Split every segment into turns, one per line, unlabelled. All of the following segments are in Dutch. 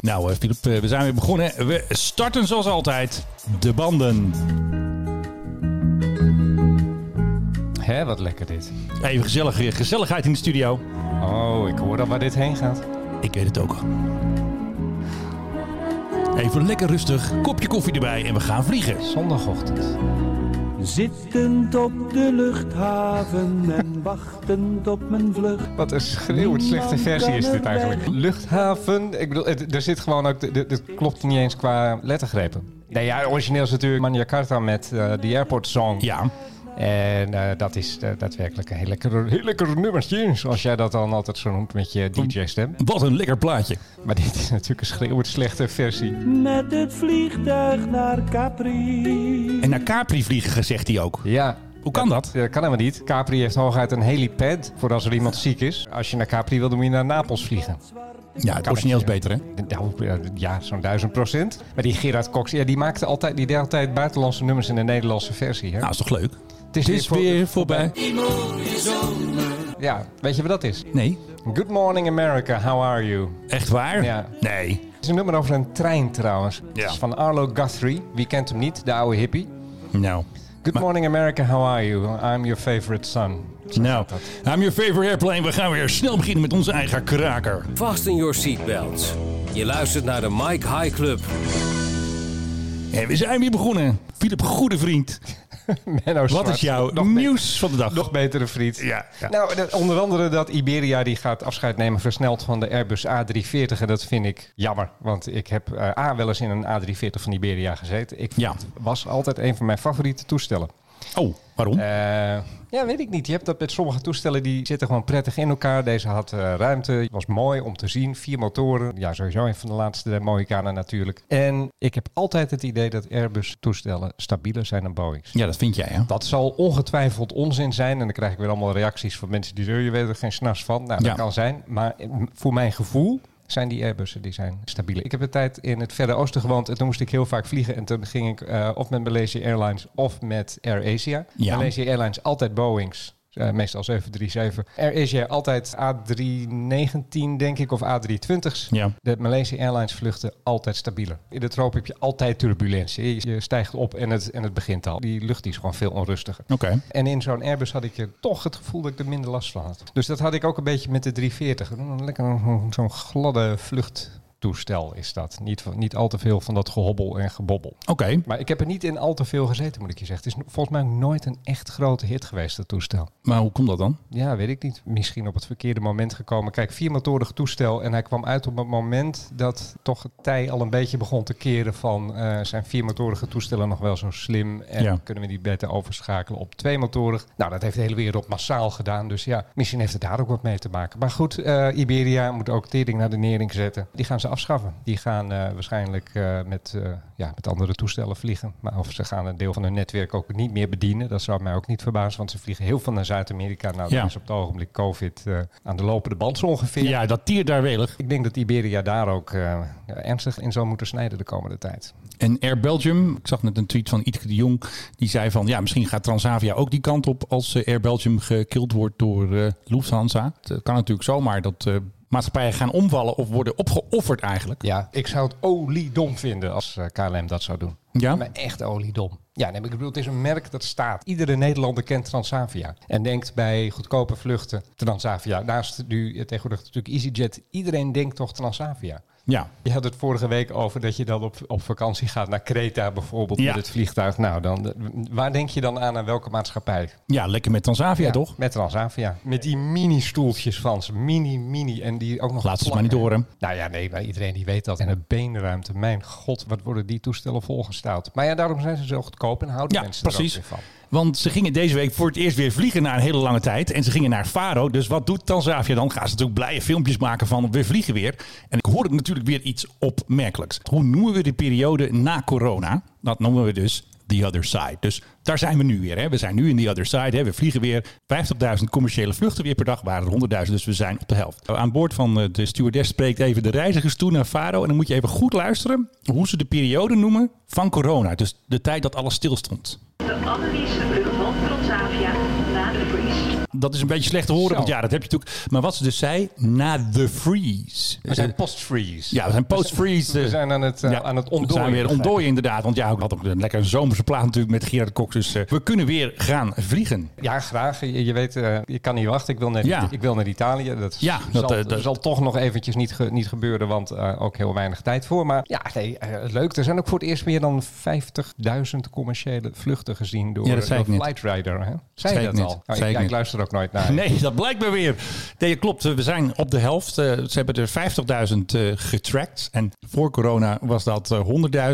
Nou, eh, Filip, eh, we zijn weer begonnen. We starten zoals altijd de banden.
Hé, wat lekker dit.
Even gezellig, eh, gezelligheid in de studio.
Oh, ik hoor al waar dit heen gaat.
Ik weet het ook. Even lekker rustig, kopje koffie erbij en we gaan vliegen.
Zondagochtend.
Zittend op de luchthaven en wachtend op mijn vlucht.
Wat een schreeuwend slechte versie is dit eigenlijk. Luchthaven, ik bedoel, het, er zit gewoon ook, dit, dit klopt niet eens qua lettergrepen. Nee, ja, origineel is natuurlijk Manjakarta met eh The Airport Song.
Ja,
En eh, dat is eh, daadwerkelijk een heel lekker, heel lekker nummertje, zoals jij dat dan altijd zo noemt met je DJ-stem.
wat een lekker plaatje.
Maar dit is natuurlijk een schreeuwend slechte versie.
Met het vliegtuig naar Capri.
En naar Capri vliegen, zegt hij ook.
Ja.
Hoe kan dat?
Eh, kan helemaal niet. Capri heeft hooguit een helipad voor als er iemand ziek is. Als je naar Capri wil, dan moet je naar Napels vliegen.
Ja, het origineel is beter, hè?
Nou, eh, ja, zo'n duizend procent. Maar die Gerard Cox, ja, die, maakte altijd, die deed altijd buitenlandse nummers in de Nederlandse versie. Hè?
Nou, is toch leuk?
het is,
Het is
voor-
weer voorbij.
Ja, weet je wat dat is?
Nee,
Good Morning America, how are you?
echt waar?
Ja.
Nee.
Het is een nummer over een trein trouwens.
Ja.
Het is van Arlo Guthrie. Wie kent hem niet? De oude hippie.
Nou.
Good morning America, how are you? I'm your favorite son.
Nou, I'm your favorite airplane. We gaan weer snel beginnen met onze eigen kraker.
Vast in your seatbelts. Je luistert naar de Mike High Club.
En we zijn weer begonnen. Philip, goede vriend.
Menno
Wat
Zwart.
is jouw
Nog
nieuws van de dag?
Nog betere friet.
Ja, ja.
Nou, de- onder andere dat Iberia die gaat afscheid nemen versneld van de Airbus A340. En dat vind ik jammer. Want ik heb eh, A wel eens in een A340 van Iberia gezeten. Ik
Ja.
vond- was altijd een van mijn favoriete toestellen.
Oh, waarom?
Eh, ja, weet ik niet. Je hebt dat met sommige toestellen, die zitten gewoon prettig in elkaar. Deze had eh, ruimte, was mooi om te zien. Vier motoren. Ja, sowieso een van de laatste Mohikanen natuurlijk. En ik heb altijd het idee dat Airbus toestellen stabieler zijn dan Boeings.
ja, dat vind jij, hè?
Dat zal ongetwijfeld onzin zijn. En dan krijg ik weer allemaal reacties van mensen die zeggen... je weet er geen s'nachts van. Nou, dat
Ja.
kan zijn. Maar eh, voor mijn gevoel zijn die Airbussen die zijn stabiel. Ik heb een tijd in het Verre Oosten gewoond... en toen moest ik heel vaak vliegen. En toen ging ik eh, of met Malaysia Airlines of met AirAsia.
Ja.
Malaysia Airlines altijd Boeings. eh, meestal 737. AirAsia altijd A319, denk ik, of A320's.
Ja.
De Malaysia Airlines vluchten altijd stabieler. In de troop heb je altijd turbulentie. Je- Je stijgt op en het, en het begint al. Die lucht die is gewoon veel onrustiger.
Oké.
En in zo'n Airbus had ik eh, toch het gevoel dat ik er minder last van had. Dus dat had ik ook een beetje met de 340. Een Lekker een- zo'n gladde vluchttoestel is dat. Niet, van- niet al te veel van dat gehobbel en gebobbel.
Oké.
Maar ik heb er niet in al te veel gezeten, moet ik je zeggen. Het is volgens mij ook nooit een echt grote hit geweest, dat toestel.
Maar hoe komt dat dan?
Ja, weet ik niet. Misschien op het verkeerde moment gekomen. Kijk, viermotorig toestel. En hij kwam uit op het moment dat toch het tij al een beetje begon te keren van... eh, zijn viermotorige toestellen nog wel zo slim? En
Ja.
kunnen we die beter overschakelen op tweemotorig? Nou, dat heeft de hele wereld massaal gedaan. Dus ja, misschien heeft het daar ook wat mee te maken. Maar goed, eh, Iberia moet ook tering naar de nering zetten. Die gaan ze afschaffen. Die gaan eh, waarschijnlijk eh, met, eh, ja, met andere toestellen vliegen. Maar of ze gaan een deel van hun netwerk ook niet meer bedienen. Dat zou mij ook niet verbazen, want ze vliegen heel veel naar Zuid-Amerika. Nou,
Ja.
dat is op het ogenblik COVID eh, aan de lopende band zo ongeveer.
Ja, dat tiert daar welig.
Ik denk dat Iberia daar ook eh, ernstig in zal moeten snijden de komende tijd.
En Air Belgium, ik zag net een tweet van Itke de Jong, die zei van ja, misschien gaat Transavia ook die kant op als eh, Air Belgium gekild wordt door eh, Lufthansa. Het eh, kan natuurlijk zomaar dat eh, maatschappijen gaan omvallen of worden opgeofferd eigenlijk.
Ja, ik zou het oliedom vinden als eh, KLM dat zou doen.
Ja?
Maar echt oliedom. Ja, nee, maar ik bedoel, het is een merk dat staat. Iedere Nederlander kent Transavia. En denkt bij goedkope vluchten Transavia. Naast nu eh, tegenwoordig natuurlijk EasyJet. Iedereen denkt toch Transavia.
Ja.
Je had het vorige week over dat je dan op, op vakantie gaat naar Kreta bijvoorbeeld
Ja.
met het vliegtuig. Nou, dan, eh, waar denk je dan aan aan welke maatschappij?
Ja, lekker met Transavia
Ja,
toch?
Met Transavia. Met die mini-stoeltjes van ze. Mini, mini. En die ook nog...
Laat ze het maar niet
plakken.
door hè.
Nou ja, nee, maar iedereen die weet dat. En de beenruimte, mijn god, wat worden die toestellen volgestouwd. Maar ja, daarom zijn ze zo goedkoop en houden
Ja,
mensen
precies.
er ook weer van.
Want ze gingen deze week voor het eerst weer vliegen na een hele lange tijd. En ze gingen naar Faro. Dus wat doet Tanzavia dan? Gaan ze natuurlijk blije filmpjes maken van we vliegen weer. En ik hoorde natuurlijk weer iets opmerkelijks. Hoe noemen we de periode na corona? Dat noemen we dus the other side. Dus daar zijn we nu weer. Hè. We zijn nu in the other side. Hè. We vliegen weer 50.000 commerciële vluchten weer per dag. Waren er 100.000, dus we zijn op de helft. Aan boord van eh, de stewardess spreekt even de reizigers toe naar Faro. En dan moet je even goed luisteren hoe ze de periode noemen van corona. Dus de tijd dat alles stilstond.
De allereerste vlucht van Transavia naar de Priest
Dat is een beetje slecht te horen,
Zo.
want ja, dat heb je natuurlijk. Maar wat ze dus zei, na de freeze.
We zijn post-freeze.
Ja, we zijn post-freeze.
We zijn aan het, eh,
Ja,
aan het
We
ontdooien.
zijn weer
begrijp ik.
ontdooien inderdaad. Want ja, ik had ook een lekker zomerse plaat natuurlijk met Gerard Cox. Dus eh, we kunnen weer gaan vliegen.
Ja, graag. Je, je weet, eh, je kan niet wachten. Ik wil naar,
Ja.
ik wil naar Italië. Dat,
Ja,
zal,
dat, eh, dat-
zal toch nog eventjes niet, ge- niet gebeuren, want eh, ook heel weinig tijd voor. Maar ja, nee, eh, leuk. Er zijn ook voor het eerst meer dan 50.000 commerciële vluchten gezien door,
Ja, dat zei
door
ik niet.
Flightrider. Hè? Zei
Zei
je
ik
dat
niet.
al? Oh,
Zei
ik,
ik
ja, ik
niet.
luister ook nooit naar.
Nee, dat blijkbaar weer. Nee, klopt. We zijn op de helft. Eh, Ze hebben er 50.000 eh, getracked. En voor corona was dat eh,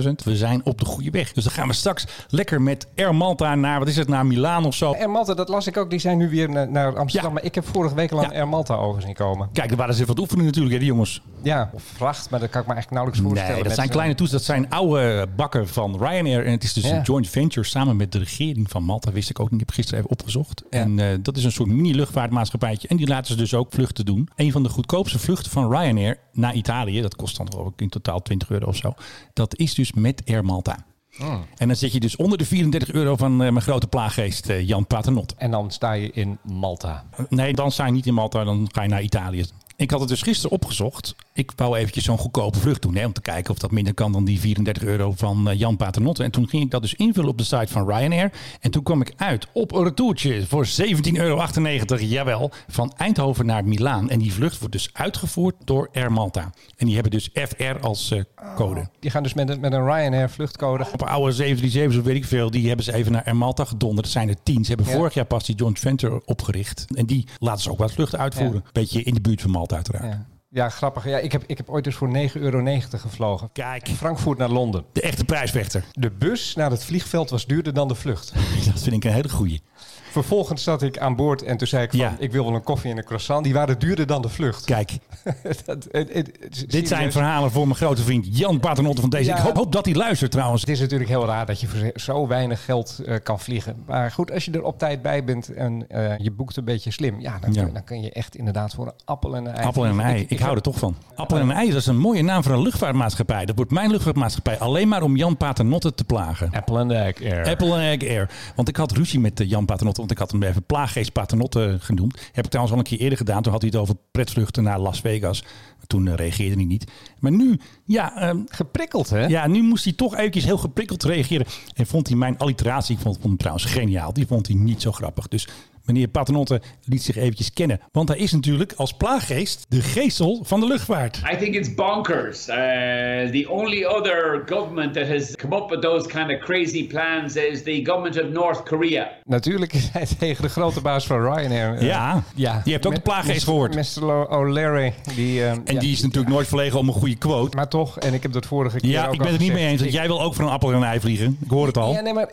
100.000. We zijn op de goede weg. Dus dan gaan we straks lekker met Air Malta naar, wat is het, naar Milaan of zo.
En Malta, dat las ik ook. Die zijn nu weer na- naar Amsterdam.
Ja.
Maar ik heb vorige week al aan
Ja.
Air Malta over zien komen.
Kijk, er waren ze even wat oefenen natuurlijk, hè, die jongens.
Ja, of vracht, maar dat kan ik me eigenlijk nauwelijks voorstellen.
Nee, dat
met eh,
zijn
z'n-
kleine toets. Dat zijn oude bakken van Ryanair. En het is dus
Ja.
een joint venture samen met de regering van Malta. Wist ik ook niet. Ik heb gisteren even opgezocht. En eh, dat is een soort mini-luchtvaartmaatschappijtje. En die laten ze dus ook vluchten doen. Een van de goedkoopste vluchten van Ryanair naar Italië. Dat kost dan geloof ik in totaal 20 euro of zo. Dat is dus met Air Malta.
Oh.
En dan zit je dus onder de 34 euro van eh, mijn grote plaaggeest eh, Jan Paternot.
En dan sta je in Malta.
Nee, dan sta je niet in Malta, dan ga je naar Italië. Ik had het dus gisteren opgezocht. Ik wou eventjes zo'n goedkope vlucht doen. Hè, om te kijken of dat minder kan dan die 34 euro van eh, Jan Paternotte. En toen ging ik dat dus invullen op de site van Ryanair. En toen kwam ik uit op een retourtje voor 17,98 euro. Jawel, van Eindhoven naar Milaan. En die vlucht wordt dus uitgevoerd door Air Malta. En die hebben dus FR als eh, code.
Die gaan dus met een, met een Ryanair vluchtcode.
Op oude 737's of weet ik veel, die hebben ze even naar Ermalta gedonderd. Dat zijn er tien. Ze hebben
Ja.
vorig jaar pas die John Venture opgericht. En die laten ze ook wat vluchten uitvoeren. Beetje in de buurt van Malta uiteraard.
Ja, ja grappig. Ja, ik, heb, ik heb ooit dus voor 9,90 euro gevlogen.
Kijk,
Frankfurt naar Londen.
de echte prijsvechter.
De bus naar het vliegveld was duurder dan de vlucht.
Dat vind ik een hele goeie.
Vervolgens zat ik aan boord en toen zei ik van...
Ja.
ik wil wel een koffie en een croissant. Die waren duurder dan de vlucht.
Kijk,
Dat- het- het- het-
dit
serieus.
zijn verhalen voor mijn grote vriend Jan Paternotte van deze.
dus? Ja.
Ik hoop, hoop dat hij luistert trouwens.
Het is natuurlijk heel raar dat je voor zo weinig geld eh, kan vliegen. Maar goed, als je er op tijd bij bent en eh, je boekt een beetje slim... Ja, dan,
Ja.
dan kun je echt inderdaad voor een appel en een ei...
Appel en een
vliegen.
ei, ik, hou er toch van. Appel en een ei, dat is een mooie naam voor een luchtvaartmaatschappij. Dat wordt mijn luchtvaartmaatschappij alleen maar om Jan Paternotte te plagen.
Apple en egg air.
Apple en Egg Air. Want ik had ruzie met eh, Jan Paternotte. Want ik had hem even plaaggeest Paternotte eh, genoemd. Heb ik trouwens al een keer eerder gedaan. Toen had hij het over pretvluchten naar Las Vegas. Maar toen eh, reageerde hij niet. Maar nu, ja, ehm,
Geprikkeld, hè?
ja, nu moest hij toch eventjes heel geprikkeld reageren. En vond hij mijn alliteratie, ik vond, vond hem trouwens geniaal. Die vond hij niet zo grappig. Dus meneer Paternotte liet zich eventjes kennen. Want hij is natuurlijk als plaaggeest de geestel van de luchtvaart.
I think it's bonkers. Uh, the only other government that has come up with those kind of crazy plans is the government of North Korea.
Natuurlijk is hij tegen de grote baas van Ryanair. eh,
Ja, die hebt ook de plaaggeest gehoord.
Mr. Lo- O'Leary. Die, eh,
En
ja,
die is natuurlijk nooit verlegen om een goede quote.
Maar toch, en ik heb dat vorige keer
Ja,
ook
ik
al
ben het niet mee
gezegd,
eens.
ik-
Want jij wil ook voor een appel en een ei vliegen. Ik hoor het al.
Ja, nee, maar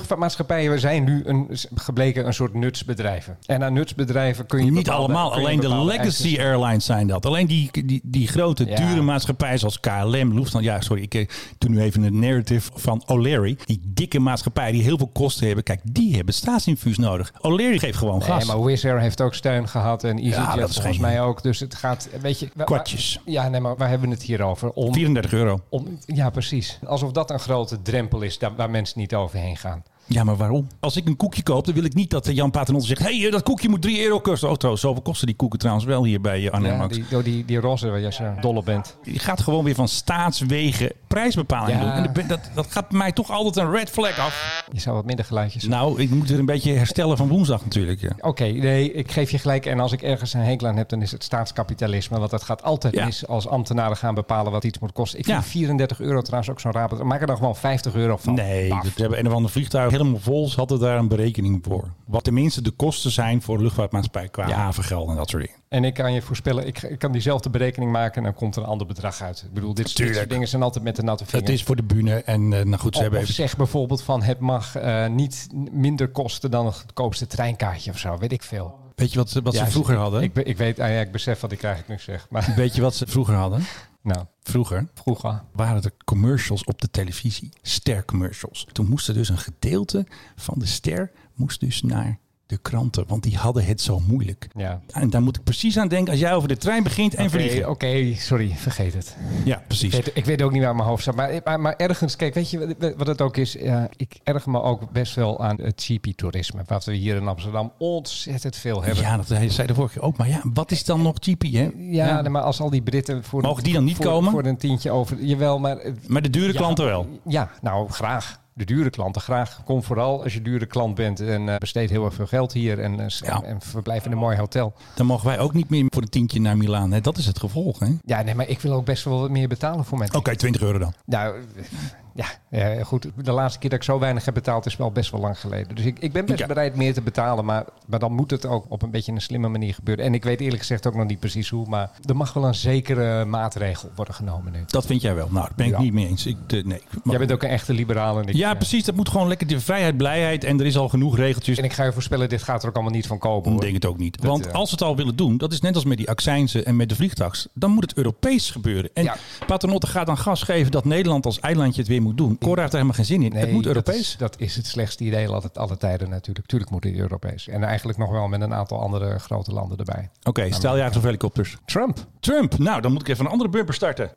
luchtvaartmaatschappijen zijn nu een, gebleken een soort nutsbedrijven. En aan nutsbedrijven kun je
Niet
bepaalde-
allemaal,
kun je
alleen de
bepaalde
legacy
eisen-
airlines zijn dat. Alleen die, die, die grote,
Ja.
dure maatschappijen zoals KLM, Lufthansa. Ja, sorry, ik eh, doe nu even een narrative van O'Leary. Die dikke maatschappijen die heel veel kosten hebben. Kijk, die hebben staatsinfuus nodig. O'Leary geeft gewoon
Nee,
gas.
maar Wizz Air heeft ook steun gehad en EasyJet
Ja, dat is
volgens
geen-
mij ook. Dus het gaat, weet je... wa-
Kwartjes.
wa- ja, nee, maar waar hebben we het hier over? Om,
34 euro.
om, ja, precies. Alsof dat een grote drempel is daar, waar mensen niet overheen gaan.
Ja, maar waarom? Als ik een koekje koop, dan wil ik niet dat eh, Jan Paternotte zegt... hé, hey, eh, dat koekje moet 3 euro kosten. Oh, trouwens, zoveel kosten die koeken trouwens wel hier bij eh, Arnhem
Ja,
Max.
die, door die, die roze waar je zo dolle bent.
Je gaat gewoon weer van staatswegen prijsbepaling
Ja.
doen. En dat ben- dat, dat gaat bij mij toch altijd een red flag af.
Je zou wat minder geluidjes
Nou, ik moet weer een beetje herstellen van woensdag natuurlijk. Ja.
Oké, nee, ik geef je gelijk. En als ik ergens een hekel aan heb, dan is het staatskapitalisme. Want dat gaat altijd
Ja.
mis als ambtenaren gaan bepalen wat iets moet kosten. Ik vind
Ja.
34 euro trouwens ook zo'n raar bedrag. Maak er dan gewoon 50 euro van.
Nee,
Baf.
ze hebben een of ander vliegtuig helemaal vol. Ze hadden daar een berekening voor. Wat tenminste de kosten zijn voor de luchtvaartmaatschappij qua havengeld en dat soort dingen.
En ik kan je voorspellen, ik, ik kan diezelfde berekening maken en dan komt er een ander bedrag uit. Ik bedoel, dit, soort- dit soort
Tuurlijk.
dingen zijn altijd met de natte vinger.
Het is voor de bühne en eh, nou goed, ze
Of-
hebben
of
even...
zeg bijvoorbeeld van het mag eh, niet minder kosten dan het goedkoopste treinkaartje of zo, weet ik veel.
Weet je wat, ze- wat
Ja,
ze vroeger hadden?
Ik, be- ik weet, ah ja, ik besef wat ik eigenlijk nu zeg. Maar
Weet je wat ze vroeger hadden?
nou,
Vroeger
vroeger.
waren er commercials op de televisie. Stercommercials. Toen moest er dus een gedeelte van de ster moest dus naar de kranten, want die hadden het zo moeilijk.
Ja.
En daar moet ik precies aan denken als jij over de trein begint en
Oké,
vliegen.
oké, sorry, vergeet het.
Ja, precies.
Ik weet, ik weet ook niet waar mijn hoofd staat. Maar, eh, maar, maar ergens, kijk, weet je wat- wat het ook is? Ja, ik erger me ook best wel aan het cheapie toerisme. Wat we hier in Amsterdam ontzettend veel hebben.
Ja, dat zei de vorige keer ook. Maar ja, wat is dan nog cheapie, hè?
Ja, nee, maar als al die Britten voor
Mogen die dan niet
voor,
komen?
voor een tientje over. Jawel, maar eh,
Maar de dure
Ja.
klanten wel.
ja, nou graag. De dure klanten graag. Kom vooral als je dure klant bent en eh, besteed heel erg veel geld hier en, eh, s-
Ja.
en verblijf in een mooi hotel.
Dan mogen wij ook niet meer voor een tientje naar Milaan. Hè? Dat is het gevolg, hè? Oké,
Ja, nee, maar ik wil ook best wel wat meer betalen voor mijn.
20 euro dan.
Nou, ja, eh, goed. De laatste keer dat ik zo weinig heb betaald is wel best wel lang geleden. Dus ik, ik ben best
Ja.
bereid meer te betalen. Maar, maar dan moet het ook op een beetje een slimme manier gebeuren. En ik weet eerlijk gezegd ook nog niet precies hoe. Maar er mag wel een zekere maatregel worden genomen nu.
Dat vind jij wel. Nou, dat ben ik
Ja.
niet mee eens. Ik, eh, nee.
Jij bent ook een echte liberaal. En ik,
Ja,
eh,
precies. Dat moet gewoon lekker de vrijheid, blijheid. En er is al genoeg regeltjes.
En ik ga je voorspellen, dit gaat er ook allemaal niet van komen.
Ik
Hoor.
denk het ook niet. Want
eh,
als ze het al willen doen, dat is net als met die accijnzen en met de vliegtax. Dan moet het Europees gebeuren. En
Ja.
Paternotte gaat dan gas geven dat Nederland als eilandje het weer moet doen. Cora heeft daar helemaal geen zin in.
Nee,
het moet
dat
Europees.
is- Dat is, het slechtste idee altijd alle tijden natuurlijk. Tuurlijk moet het Europees. En eigenlijk nog wel met een aantal andere grote landen erbij.
Oké, straaljagers of helikopters.
Trump.
Trump. Nou, dan moet ik even een andere bumper starten.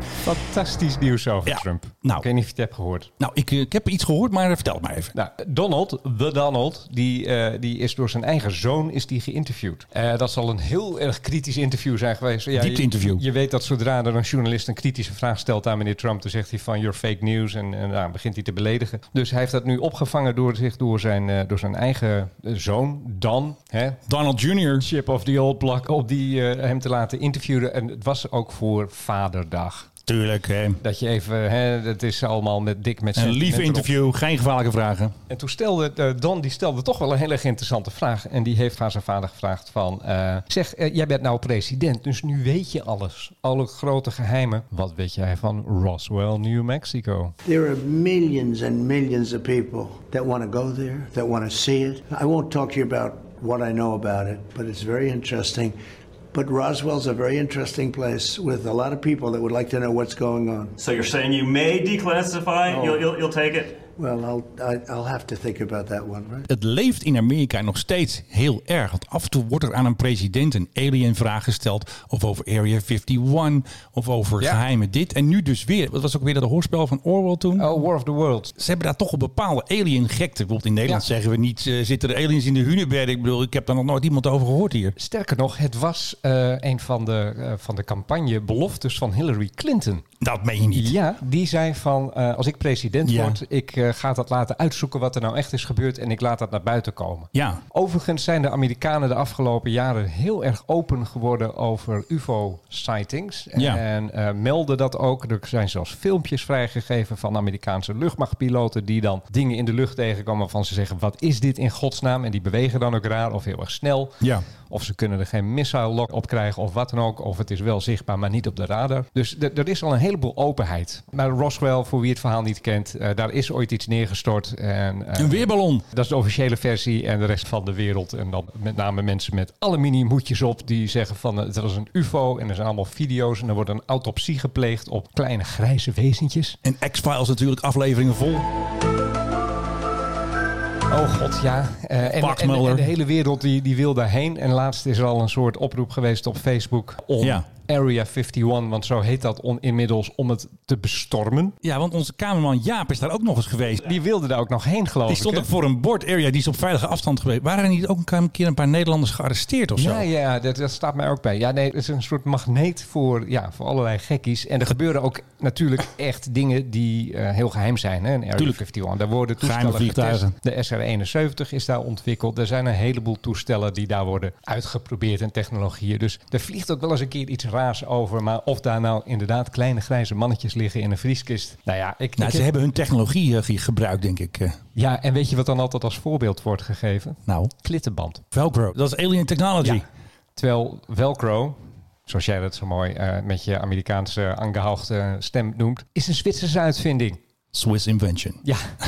Fantastisch nieuws over
Ja,
Trump.
nou.
Ik weet niet of je het hebt gehoord.
Nou, ik, eh, ik heb iets gehoord, maar vertel het maar even.
Nou, Donald, de Donald, die, eh, die is door zijn eigen zoon is die geïnterviewd. Eh, dat zal een heel erg kritisch interview zijn geweest. Ja,
Diepte
je-
interview.
Je, weet dat zodra er een journalist een kritische vraag stelt aan meneer Trump, dan zegt hij van your fake news en, en nou, begint hij te beledigen. Dus hij heeft dat nu opgevangen door zich door zijn, eh, door zijn eigen eh, zoon, Dan. Hè?
Donald Jr.
Chip of the old block, op die eh, hem te laten interviewen. En het was ook voor Vaderdag.
Tuurlijk. Hè.
Dat je even, hè, dat is allemaal met dik met
Een lief
sentimenten erop.
interview, geen gevaarlijke vragen.
En toen stelde eh, Don, die stelde toch wel een hele interessante vraag. En die heeft aan zijn vader gevraagd van... eh, zeg, eh, jij bent nou president, dus nu weet je alles. Alle grote geheimen. Wat weet jij van Roswell, New Mexico?
There are millions and millions of people that want to go there, that want to see it. I won't talk to you about what I know about it, but it's very interesting. But Roswell's a very interesting place with a lot of people that would like to know what's going on.
So you're saying you may declassify?
Oh.
You'll, you'll, you'll take it?
Well, I'll I, I'll have to think about that one, right?
Het leeft in Amerika nog steeds heel erg. Want af en toe wordt er aan een president een alien vraag gesteld. Of over Area 51. Of over
Ja.
geheime dit. En nu dus weer. Wat was ook weer dat hoorspel van Orwell toen?
Oh, War of the Worlds.
Ze hebben daar toch een bepaalde alien gekte. Bijvoorbeeld in Nederland
Ja.
zeggen we niet. eh, zitten er aliens in de Hunebed? Ik bedoel, ik heb daar nog nooit iemand over gehoord hier.
Sterker nog, het was eh, een van de, eh, van de campagnebeloftes van Hillary Clinton.
Dat meen je niet.
Ja, die zei van, eh, als ik president
Ja.
word, ik eh, ga dat laten uitzoeken wat er nou echt is gebeurd en ik laat dat naar buiten komen.
Ja.
Overigens zijn de Amerikanen de afgelopen jaren heel erg open geworden over UFO-sightings.
Ja.
En eh, melden dat ook. Er zijn zelfs filmpjes vrijgegeven van Amerikaanse luchtmachtpiloten die dan dingen in de lucht tegenkomen waarvan ze zeggen, wat is dit in godsnaam? En die bewegen dan ook raar of heel erg snel.
Ja.
Of ze kunnen er geen missile lock op krijgen of wat dan ook. Of het is wel zichtbaar, maar niet op de radar. Dus d- er is al een heleboel openheid. Maar Roswell, voor wie het verhaal niet kent, eh, daar is ooit iets neergestort. En, eh,
Een weerballon.
dat is de officiële versie en de rest van de wereld. En dan met name mensen met aluminiumhoedjes op die zeggen van eh, het was een ufo en er zijn allemaal video's en er wordt een autopsie gepleegd op kleine grijze wezentjes.
En X-Files natuurlijk, afleveringen vol.
Oh god, ja. Eh, en,
Max
en- en
Muller.
de hele wereld die, die wil daarheen. En laatst is er al een soort oproep geweest op Facebook om
Ja.
Area 51, want zo heet dat on, inmiddels, om het te bestormen.
Ja, want onze kamerman Jaap is daar ook nog eens geweest.
Die wilde daar ook nog heen, geloof
Die
ik.
stond
hè?
ook voor een bord area, die is op veilige afstand geweest. Waren er niet ook een keer een paar Nederlanders gearresteerd of zo?
Ja, ja dat, dat staat mij ook bij. Ja, nee, het is een soort magneet voor, ja, voor allerlei gekkies. En er gebeuren ook natuurlijk echt dingen die eh, heel geheim zijn. Hè, in Area
Tuurlijk.
51. Daar worden
Geheime
toestellen
vliegtuigen.
getest. De SR-71 is daar ontwikkeld. Er zijn een heleboel toestellen die daar worden uitgeprobeerd en technologieën. Dus er vliegt ook wel eens een keer iets raars over. Maar of daar nou inderdaad kleine grijze mannetjes liggen in een vrieskist. Nou ja, ik,
Nou,
ik
ze
heb-
hebben hun technologie eh, ge- gebruikt, denk ik. eh.
ja, en weet je wat dan altijd als voorbeeld wordt gegeven?
Nou,
Klittenband.
Velcro, dat is alien technology.
Ja. Terwijl Velcro, zoals jij dat zo mooi eh, met je Amerikaanse eh, angehauchte stem noemt, is een Zwitserse uitvinding.
Swiss invention.
Ja.
Oh,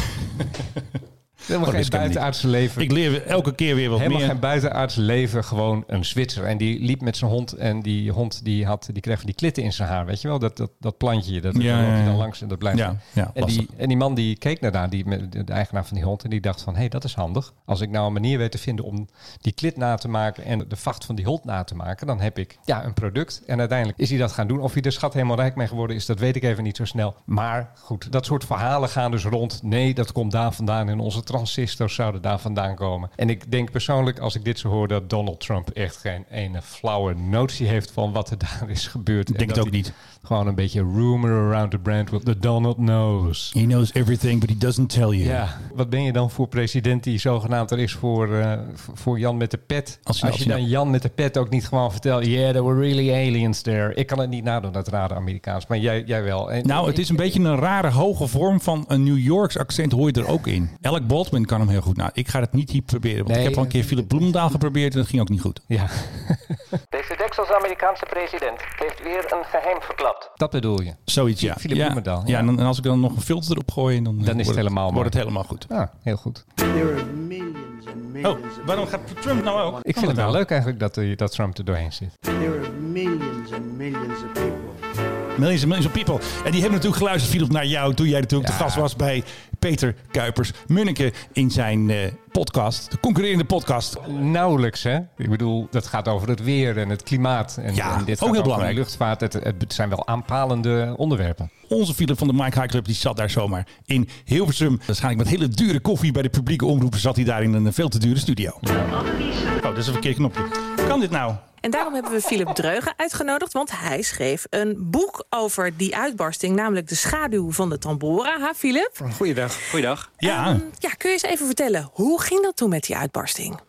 Helemaal
dat
geen
kan niet.
buitenaardse leven.
Ik leer elke keer weer wat
Helemaal
meer.
geen buitenaards leven, gewoon een Zwitser. En die liep met zijn hond en die hond die had, die kreeg van die klitten in zijn haar. Weet je wel, dat, dat, dat plantje, dat
Ja,
daar loop
ja,
je
ja.
dan langs en dat blijft.
Ja, ja,
en, die, en die man die keek daarna, die, met- de eigenaar van die hond, en die dacht van, hé, hey, dat is handig. Als ik nou een manier weet te vinden om die klit na te maken en de vacht van die hond na te maken, dan heb ik ja, een product. En uiteindelijk is hij dat gaan doen. Of hij er schat helemaal rijk mee geworden is, dat weet ik even niet zo snel. Maar goed, dat soort verhalen gaan dus rond. Nee, dat komt daar vandaan en onze transistors zouden daar vandaan komen. En ik denk persoonlijk, als ik dit zo hoor, dat Donald Trump echt geen ene flauwe notie heeft van wat er daar is gebeurd. Ik
denk het ook niet.
Gewoon een beetje rumor around the brand with the Donald knows.
He knows everything, but he doesn't tell you.
Ja, wat ben je dan voor president die zogenaamd er is voor, eh, voor Jan met de pet?
Als
Als
je-
je,
als je
dan
nou-
Jan met de pet ook niet gewoon vertelt, yeah, there were really aliens there. Ik kan het niet nadoen, dat rare Amerikaans, maar jij, jij wel. En
Nou, het is een beetje een rare hoge vorm van een New Yorks accent hoor je er ook in. Alec Baldwin kan hem heel goed na. Ik ga het niet hier proberen, want ik
Nee,
heb al een keer
eh,
Philip Bloemendaal geprobeerd en dat ging ook niet goed.
Ja,
Deze deksels-Amerikaanse president heeft weer een geheim verklapt.
dat bedoel je.
Zoiets, ja.
Philip
ja.
Bloemendaal,
Ja,
ja.
en, dan- en als ik dan nog een filter erop gooi, dan, eh,
het
wordt
helemaal mooi.
wordt het helemaal goed.
Ah, heel goed.
There are millions and
Oh,
millions of
waarom
people.
gaat Trump nou ook?
Ik vind het wel leuk eigenlijk dat, eh, dat Trump er doorheen zit.
There are millions and millions of people.
Millions and millions of people. En die hebben natuurlijk geluisterd, Philip, naar jou toen jij natuurlijk de gast was bij Peter Kuipers Munneke in zijn eh, podcast, de concurrerende podcast.
Nauwelijks, hè? Ik bedoel, dat gaat over het weer en het klimaat. En,
Ja,
en
ook
dit gaat
heel
over de
belangrijk.
luchtvaart. Het, het zijn wel aanpalende onderwerpen.
Onze Philip van de Mike High Club die zat daar zomaar in Hilversum. Waarschijnlijk met hele dure koffie bij de publieke omroepen zat hij daar in een eh, veel te dure studio. Oh, dat is een verkeerd knopje. Hoe kan dit nou?
En daarom hebben we Philip Dreugen uitgenodigd, want hij schreef een boek over die uitbarsting, namelijk De schaduw van de Tambora. Ha, Philip?
Goeiedag. Goeiedag.
Ja,
Ja, kun je eens even vertellen, hoe ging dat toen met die uitbarsting?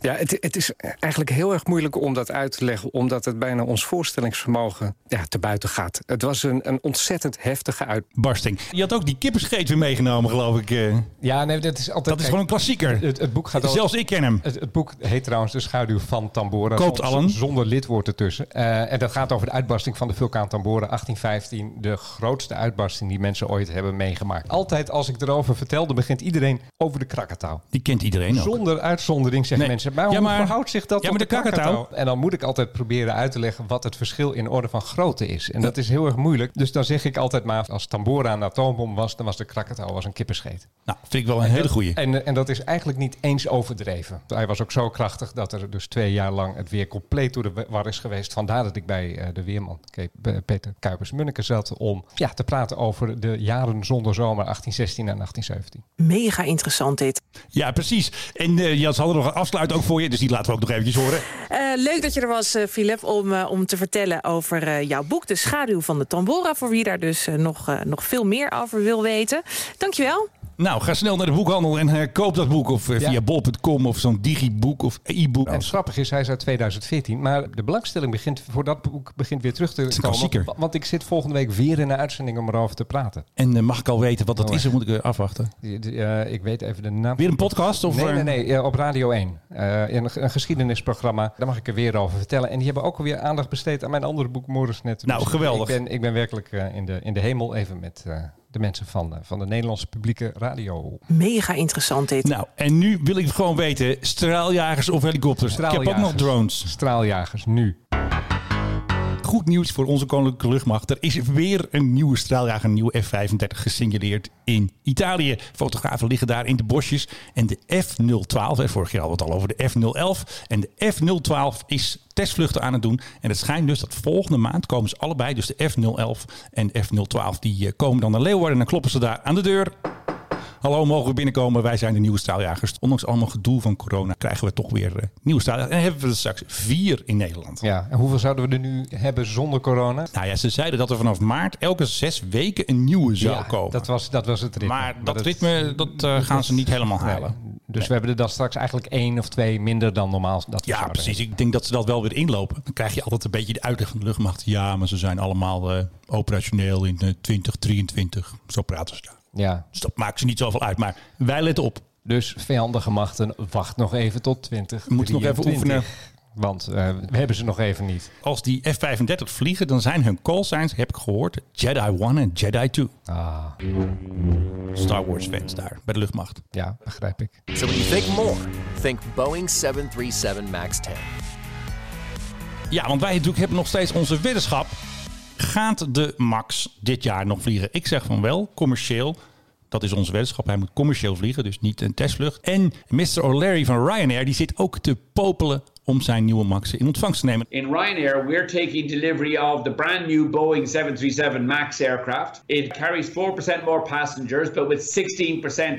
Ja, het, het is eigenlijk heel erg moeilijk om dat uit te leggen, omdat het bijna ons voorstellingsvermogen ja, te buiten gaat. Het was een, een ontzettend heftige uit.
barsting. Je had ook die kipperscheet weer meegenomen, geloof ik. eh.
Ja, nee, dat is
Dat is
altijd... kijk,
gewoon een klassieker.
Het, het boek gaat over-
Zelfs ik ken hem.
Het, het boek heet trouwens De Schaduw van Tambora.
Koopt
zonder-
allen.
Zonder lidwoord ertussen. Eh, en dat gaat over de uitbarsting van de vulkaan Tambora 1815. De grootste uitbarsting die mensen ooit hebben meegemaakt. Altijd als ik erover vertel, dan begint iedereen over de Krakatau.
Die kent iedereen ook.
Zonder uitzondering zeggen
Nee.
mensen, maar
Ja,
hoe
maar-
verhoudt zich dat
Ja,
tot
maar de
de
Krakatau?
Krakatau? En dan moet ik altijd proberen uit te leggen wat het verschil in orde van grootte is. En dat is heel erg moeilijk. Dus dan zeg ik altijd maar, als Tambora een atoombom was, dan was de Krakatau als een kippenscheet.
Nou, vind ik wel een hele goeie.
En, en dat is eigenlijk niet eens overdreven. Hij was ook zo krachtig dat er dus twee jaar lang het weer compleet door de war is geweest. Vandaar dat ik bij eh, de weerman Ke- Pe- Peter Kuipers-Munneke zat om ja, te praten over de jaren zonder zomer 1816 en 1817.
Mega interessant dit.
Ja, precies. En eh Jas had er nog een afsluit ook voor je, dus die laten we ook nog eventjes horen.
Eh, leuk dat je er was, eh, Philip, om, eh, om te vertellen over eh, jouw boek De schaduw van de Tambora. Voor wie daar dus eh, nog, eh, nog veel meer over wil weten. Dankjewel.
Nou, ga snel naar de boekhandel en eh, koop dat boek. Of eh,
Ja. Nou,
via bol.com of zo'n digiboek of e-book.
En grappig is, hij is uit 2014. Maar de belangstelling begint voor dat boek begint weer terug te
een
komen.
klassieker.
Want, want ik zit volgende week weer in een uitzending om erover te praten.
En eh, mag ik al weten wat dat
Oh,
is? Dan moet ik eh, afwachten.
Eh, ik weet even de naam.
Weer een podcast? Of,
Nee,
eh,
nee, nee. eh, Op Radio 1. Eh, in een, ge- een geschiedenisprogramma. Daar mag ik er weer over vertellen. En die hebben ook alweer aandacht besteed aan mijn andere boek Moordersnet.
Nou, geweldig.
Ik ben, ik ben werkelijk eh, in, de, in de hemel even met eh, de mensen van, eh, van de Nederlandse publieke radio.
Mega interessant dit.
Nou, en nu wil ik gewoon weten, straaljagers of helikopters? Ik heb ook nog
Straaljagers.
drones.
Straaljagers, nu.
Goed nieuws voor onze koninklijke luchtmacht. Er is weer een nieuwe straaljager, een nieuwe F-35, gesignaleerd in Italië. Fotografen liggen daar in de bosjes. En de F-012, hè, vorig jaar hadden we het al over de F-011. En de F-012 is testvluchten aan het doen. En het schijnt dus dat volgende maand komen ze allebei, dus de F-011 en de F-012, die eh, komen dan naar Leeuwarden. En dan kloppen ze daar aan de deur. Hallo, mogen we binnenkomen? Wij zijn de nieuwe straaljagers. Ondanks allemaal gedoe van corona krijgen we toch weer eh, nieuwe straaljagers. En hebben we er straks vier in Nederland.
Ja. En hoeveel zouden we er nu hebben zonder corona?
Nou ja, ze zeiden dat er vanaf maart elke zes weken een nieuwe zou
Ja,
komen.
Dat was, dat was het ritme.
maar dat, ritme dat, eh, gaan ze niet helemaal halen.
Dus we hebben er dan straks eigenlijk één of twee minder dan normaal. Dat we
Ja,
zouden
precies. Ik denk dat ze dat wel weer inlopen. Dan krijg je altijd een beetje de uitleg van de luchtmacht. Ja, maar ze zijn allemaal eh, operationeel in eh, 2023. Zo praten ze daar.
hebben. Ja.
Dus dat maakt ze niet zoveel uit. Maar wij letten op.
Dus vijandige machten, wacht nog even tot 20.
We moeten nog even oefenen.
Want uh, we hebben ze nog even niet.
Als die F-35 vliegen, dan zijn hun callsigns, heb ik gehoord, Jedi 1 en Jedi 2. Ah. Star Wars fans daar, bij de luchtmacht.
Ja, begrijp ik.
So when you think more, think Boeing 737 MAX 10.
Ja, want wij natuurlijk hebben nog steeds onze weddenschap. Gaat de MAX dit jaar nog vliegen? Ik zeg van wel, commercieel. Dat is onze weddenschap. Hij moet commercieel vliegen, dus niet een testvlucht. En Mr. O'Leary van Ryanair, die zit ook te popelen om zijn nieuwe Maxen in ontvangst te nemen.
In Ryanair, we're taking delivery of the brand new Boeing 737 MAX aircraft. It carries 4% more passengers, but with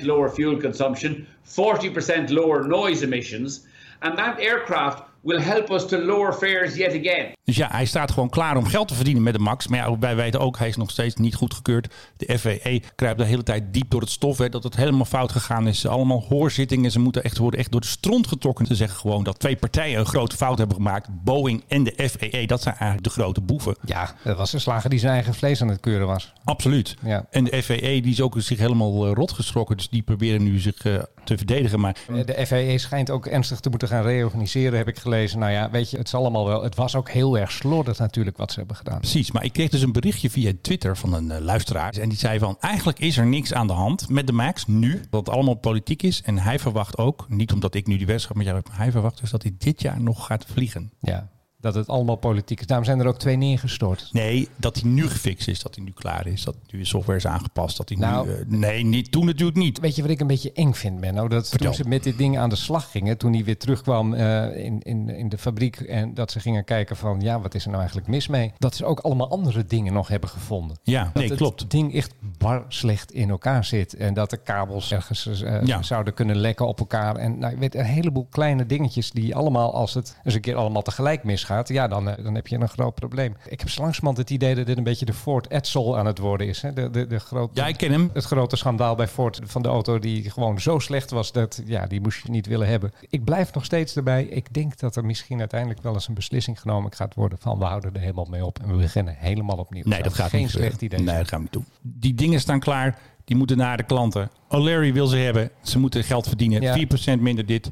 16% lower fuel consumption, 40% lower noise emissions. And that aircraft will help us to lower fares yet again.
Dus ja, hij staat gewoon klaar om geld te verdienen met de MAX. Maar ja, wij weten ook, hij is nog steeds niet goedgekeurd. De FVE kruipt de hele tijd diep door het stof. Hè, dat het helemaal fout gegaan is. Allemaal hoorzittingen. Ze moeten echt worden echt door de stront getrokken. Ze zeggen gewoon dat twee partijen een grote fout hebben gemaakt. Boeing en de FVE. Dat zijn eigenlijk de grote boeven.
Ja, dat was een slager die zijn eigen vlees aan het keuren was.
Absoluut. Ja. En de FVE die is ook zich helemaal rot geschrokken. Dus die proberen nu zich uh, te verdedigen. Maar...
Eh, De FVE schijnt ook ernstig te moeten gaan reorganiseren, heb ik gelezen. Nou ja, weet je, het is allemaal wel. Het was ook heel erg slordig natuurlijk wat ze hebben gedaan.
Precies, maar ik kreeg dus een berichtje via Twitter van een uh, luisteraar. En die zei van, eigenlijk is er niks aan de hand met de Max nu. Dat het allemaal politiek is. En hij verwacht ook, niet omdat ik nu die wedstrijd met jou heb, maar hij verwacht dus dat hij dit jaar nog gaat vliegen.
Ja, dat het allemaal politiek is. Daarom zijn er ook twee neergestort.
Nee, dat hij nu gefixt is, dat hij nu klaar is, dat nu de software is aangepast, dat hij nou, nu... Uh, nee, niet, toen natuurlijk niet.
Weet je wat ik een beetje eng vind, Menno? Dat Vertel. toen ze met dit ding aan de slag gingen, toen hij weer terugkwam uh, in, in, in de fabriek en dat ze gingen kijken van, ja, wat is er nou eigenlijk mis mee? Dat ze ook allemaal andere dingen nog hebben gevonden.
Ja,
dat
nee, klopt.
het ding echt bar slecht in elkaar zit en dat de kabels ergens uh, ja. zouden kunnen lekken op elkaar. En nou, ik weet, een heleboel kleine dingetjes die allemaal, als het eens een keer allemaal tegelijk misgaat, ja, dan, eh, dan heb je een groot probleem. Ik heb langzamerhand het idee dat dit een beetje de Ford Edsel aan het worden is. Hè? De, de, de grote,
ja, ik ken hem.
Het grote schandaal bij Ford van de auto die gewoon zo slecht was dat ja, die moest je niet willen hebben. Ik blijf nog steeds erbij. Ik denk dat er misschien uiteindelijk wel eens een beslissing genomen gaat worden van we houden er helemaal mee op en we beginnen helemaal opnieuw.
Nee, dat, dat gaat
geen
niet
slecht idee.
Nee, dat gaan we niet doen. Die dingen staan klaar. Die moeten naar de klanten. O'Leary wil ze hebben. Ze moeten geld verdienen. Ja. 4% minder dit.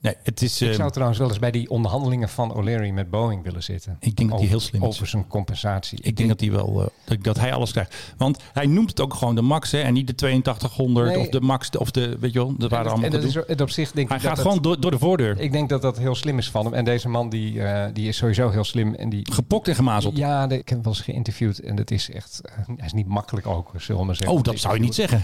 Nee, het is, eh,
ik zou trouwens wel eens bij die onderhandelingen van O'Leary met Boeing willen zitten.
Ik denk dat die heel slim is.
Over zijn compensatie.
Ik, ik denk, denk, dat hij wel uh, dat hij alles krijgt. Want hij noemt het ook gewoon de Max hè, en niet de 8200 nee. of de Max of de weet je wel, dat waren allemaal. En
dat gedoe. is op zich denk
hij
ik
gaat dat gewoon door, door, de voordeur.
Ik denk dat dat heel slim is van hem. En deze man die, uh, die is sowieso heel slim en die
gepokt en gemazeld.
Ja, de, ik heb hem wel eens geïnterviewd en dat is echt. Uh, hij is niet makkelijk ook, zullen we maar zeggen.
Oh, dat zou je niet zeggen.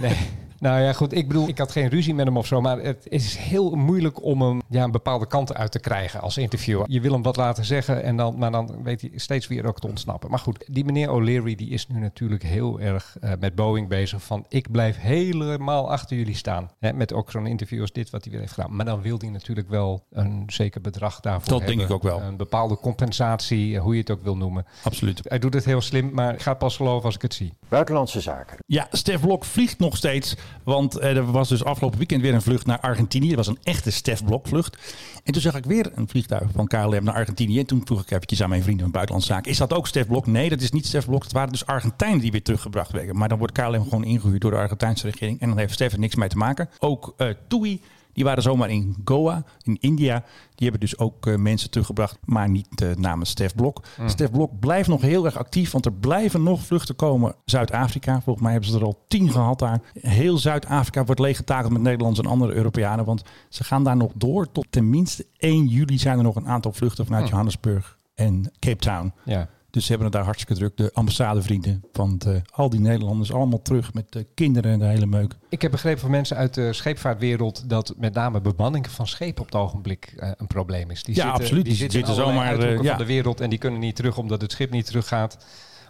Nee. Nou ja, goed. Ik bedoel, ik had geen ruzie met hem of zo. Maar het is heel moeilijk om hem ja, een bepaalde kant uit te krijgen als interviewer. Je wil hem wat laten zeggen, en dan, maar dan weet hij steeds weer ook te ontsnappen. Maar goed, die meneer O'Leary die is nu natuurlijk heel erg uh, met Boeing bezig. Van ik blijf helemaal achter jullie staan. Hè, met ook zo'n interview als dit, wat hij weer heeft gedaan. Maar dan wil hij natuurlijk wel een zeker bedrag daarvoor.
Dat
hebben.
denk ik ook wel.
Een bepaalde compensatie, eh, hoe je het ook wil noemen.
Absoluut.
Hij doet het heel slim, maar ik ga pas geloven als ik het zie.
Buitenlandse zaken.
Ja, Stef Blok vliegt nog steeds. Want er was dus afgelopen weekend weer een vlucht naar Argentinië. Dat was een echte Stef Blok vlucht. En toen zag ik weer een vliegtuig van KLM naar Argentinië. En toen vroeg ik eventjes aan mijn vrienden van Buitenlandzaken. Is dat ook Stef Blok? Nee, dat is niet Stef Blok. Het waren dus Argentijnen die weer teruggebracht werden. Maar dan wordt KLM gewoon ingehuurd door de Argentijnse regering. En dan heeft Stef er niks mee te maken. Ook uh, TUI die waren zomaar in Goa, in India. Die hebben dus ook uh, mensen teruggebracht, maar niet uh, namens Stef Blok. Mm. Stef Blok blijft nog heel erg actief, want er blijven nog vluchten komen. Zuid-Afrika, volgens mij hebben ze er al tien gehad daar. Heel Zuid-Afrika wordt leeggetakeld met Nederlanders en andere Europeanen. Want ze gaan daar nog door. Tot tenminste 1 juli zijn er nog een aantal vluchten vanuit mm. Johannesburg en Cape Town.
Ja.
Dus ze hebben het daar hartstikke druk. De ambassadevrienden van de, al die Nederlanders allemaal terug met de kinderen en de hele meuk.
Ik heb begrepen van mensen uit de scheepvaartwereld dat met name bemanning van schepen op het ogenblik uh, een probleem is.
Die ja, zitten, absoluut.
Die, zitten, zitten zomaar uh, ja. van de wereld en die kunnen niet terug omdat het schip niet teruggaat.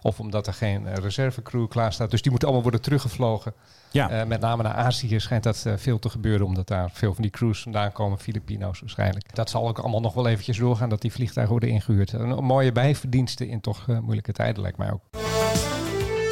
Of omdat er geen eh, reservecrew klaar staat. Dus die moeten allemaal worden teruggevlogen.
Ja.
Uh, met name naar Azië schijnt dat uh, veel te gebeuren, omdat daar veel van die crews vandaan komen, Filipino's waarschijnlijk. Dat zal ook allemaal nog wel eventjes doorgaan, dat die vliegtuigen worden ingehuurd. Een mooie bijverdiensten in toch uh, moeilijke tijden, lijkt mij ook.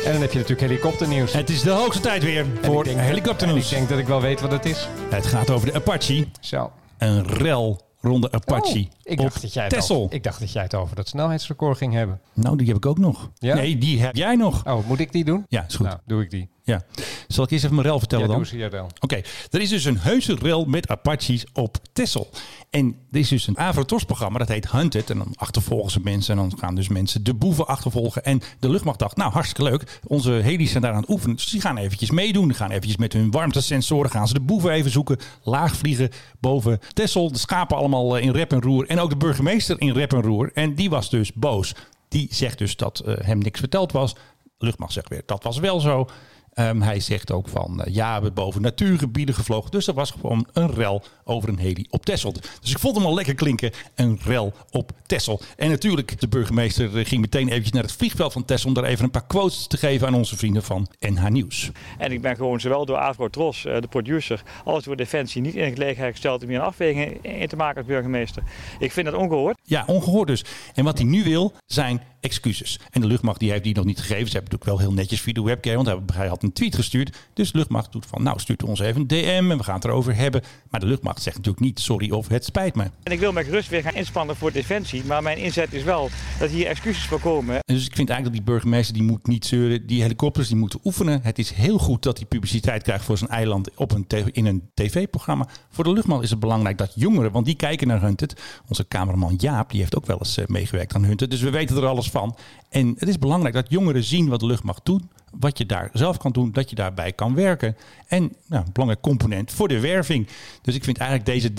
En dan heb je natuurlijk helikopternieuws.
Het is de hoogste tijd weer voor helikopternieuws.
Ik denk dat ik wel weet wat het is.
Het gaat over de Apache.
Zo.
Een rel ronde Apache. Oh,
ik, dacht dat jij
Texel.
Over, ik dacht dat jij het over dat snelheidsrecord ging hebben.
Nou, die heb ik ook nog.
Ja?
Nee, die heb jij nog.
Oh, moet ik die doen?
Ja, is goed. Nou,
doe ik die.
Ja. Zal ik eerst even mijn rel vertellen
Ja,
dan?
doe eens je rel.
Oké, er is dus een heuse rel met Apaches op Texel. En er is dus een Avrotros-programma, dat heet Hunted. En dan achtervolgen ze mensen en dan gaan dus mensen de boeven achtervolgen. En de luchtmacht dacht, nou hartstikke leuk, onze heli's zijn daar aan het oefenen. Dus die gaan eventjes meedoen, die gaan eventjes met hun warmtesensoren, gaan ze de boeven even zoeken. Laag vliegen boven Texel, de schapen allemaal eh, in rep en roer. En ook de burgemeester in rep en roer. En die was dus boos. Die zegt dus dat eh, hem niks verteld was. De luchtmacht zegt weer, dat was wel zo. Ehm, hij zegt ook van, eh, ja, we hebben boven natuurgebieden gevlogen. Dus er was gewoon een rel over een heli op Texel. Dus ik vond hem al lekker klinken, een rel op Texel. En natuurlijk, de burgemeester eh, ging meteen eventjes naar het vliegveld van Texel... om daar even een paar quotes te geven aan onze vrienden van NH Nieuws.
En ik ben gewoon zowel door Avro Tros, eh, de producer, als door Defensie niet in de gelegenheid gesteld om hier een afweging in te maken als burgemeester. Ik vind dat ongehoord.
Ja, ongehoord dus. En wat hij nu wil, zijn excuses. En de luchtmacht die heeft die nog niet gegeven. Ze hebben natuurlijk wel heel netjes via de webcam, want hij- hij had een tweet gestuurd. Dus de luchtmacht doet van, nou stuurt ons even een DM en we gaan het erover hebben. Maar de luchtmacht zegt natuurlijk niet, sorry of het spijt me.
En ik wil me gerust weer gaan inspannen voor Defensie, maar mijn inzet is wel dat hier excuses voor komen.
En dus ik vind eigenlijk dat die burgemeester die moet niet zeuren. Die helikopters die moeten oefenen. Het is heel goed dat hij publiciteit krijgt voor zijn eiland op een tv in een tv-programma. Voor de luchtmacht is het belangrijk dat jongeren, want die kijken naar Hunted. Onze cameraman Jaap die heeft ook wel eens eh, meegewerkt aan Hunted. Dus we weten er alles van. En het is belangrijk dat jongeren zien wat de luchtmacht doet. Wat je daar zelf kan doen, dat je daarbij kan werken. En nou, een belangrijk component voor de werving. Dus ik vind eigenlijk deze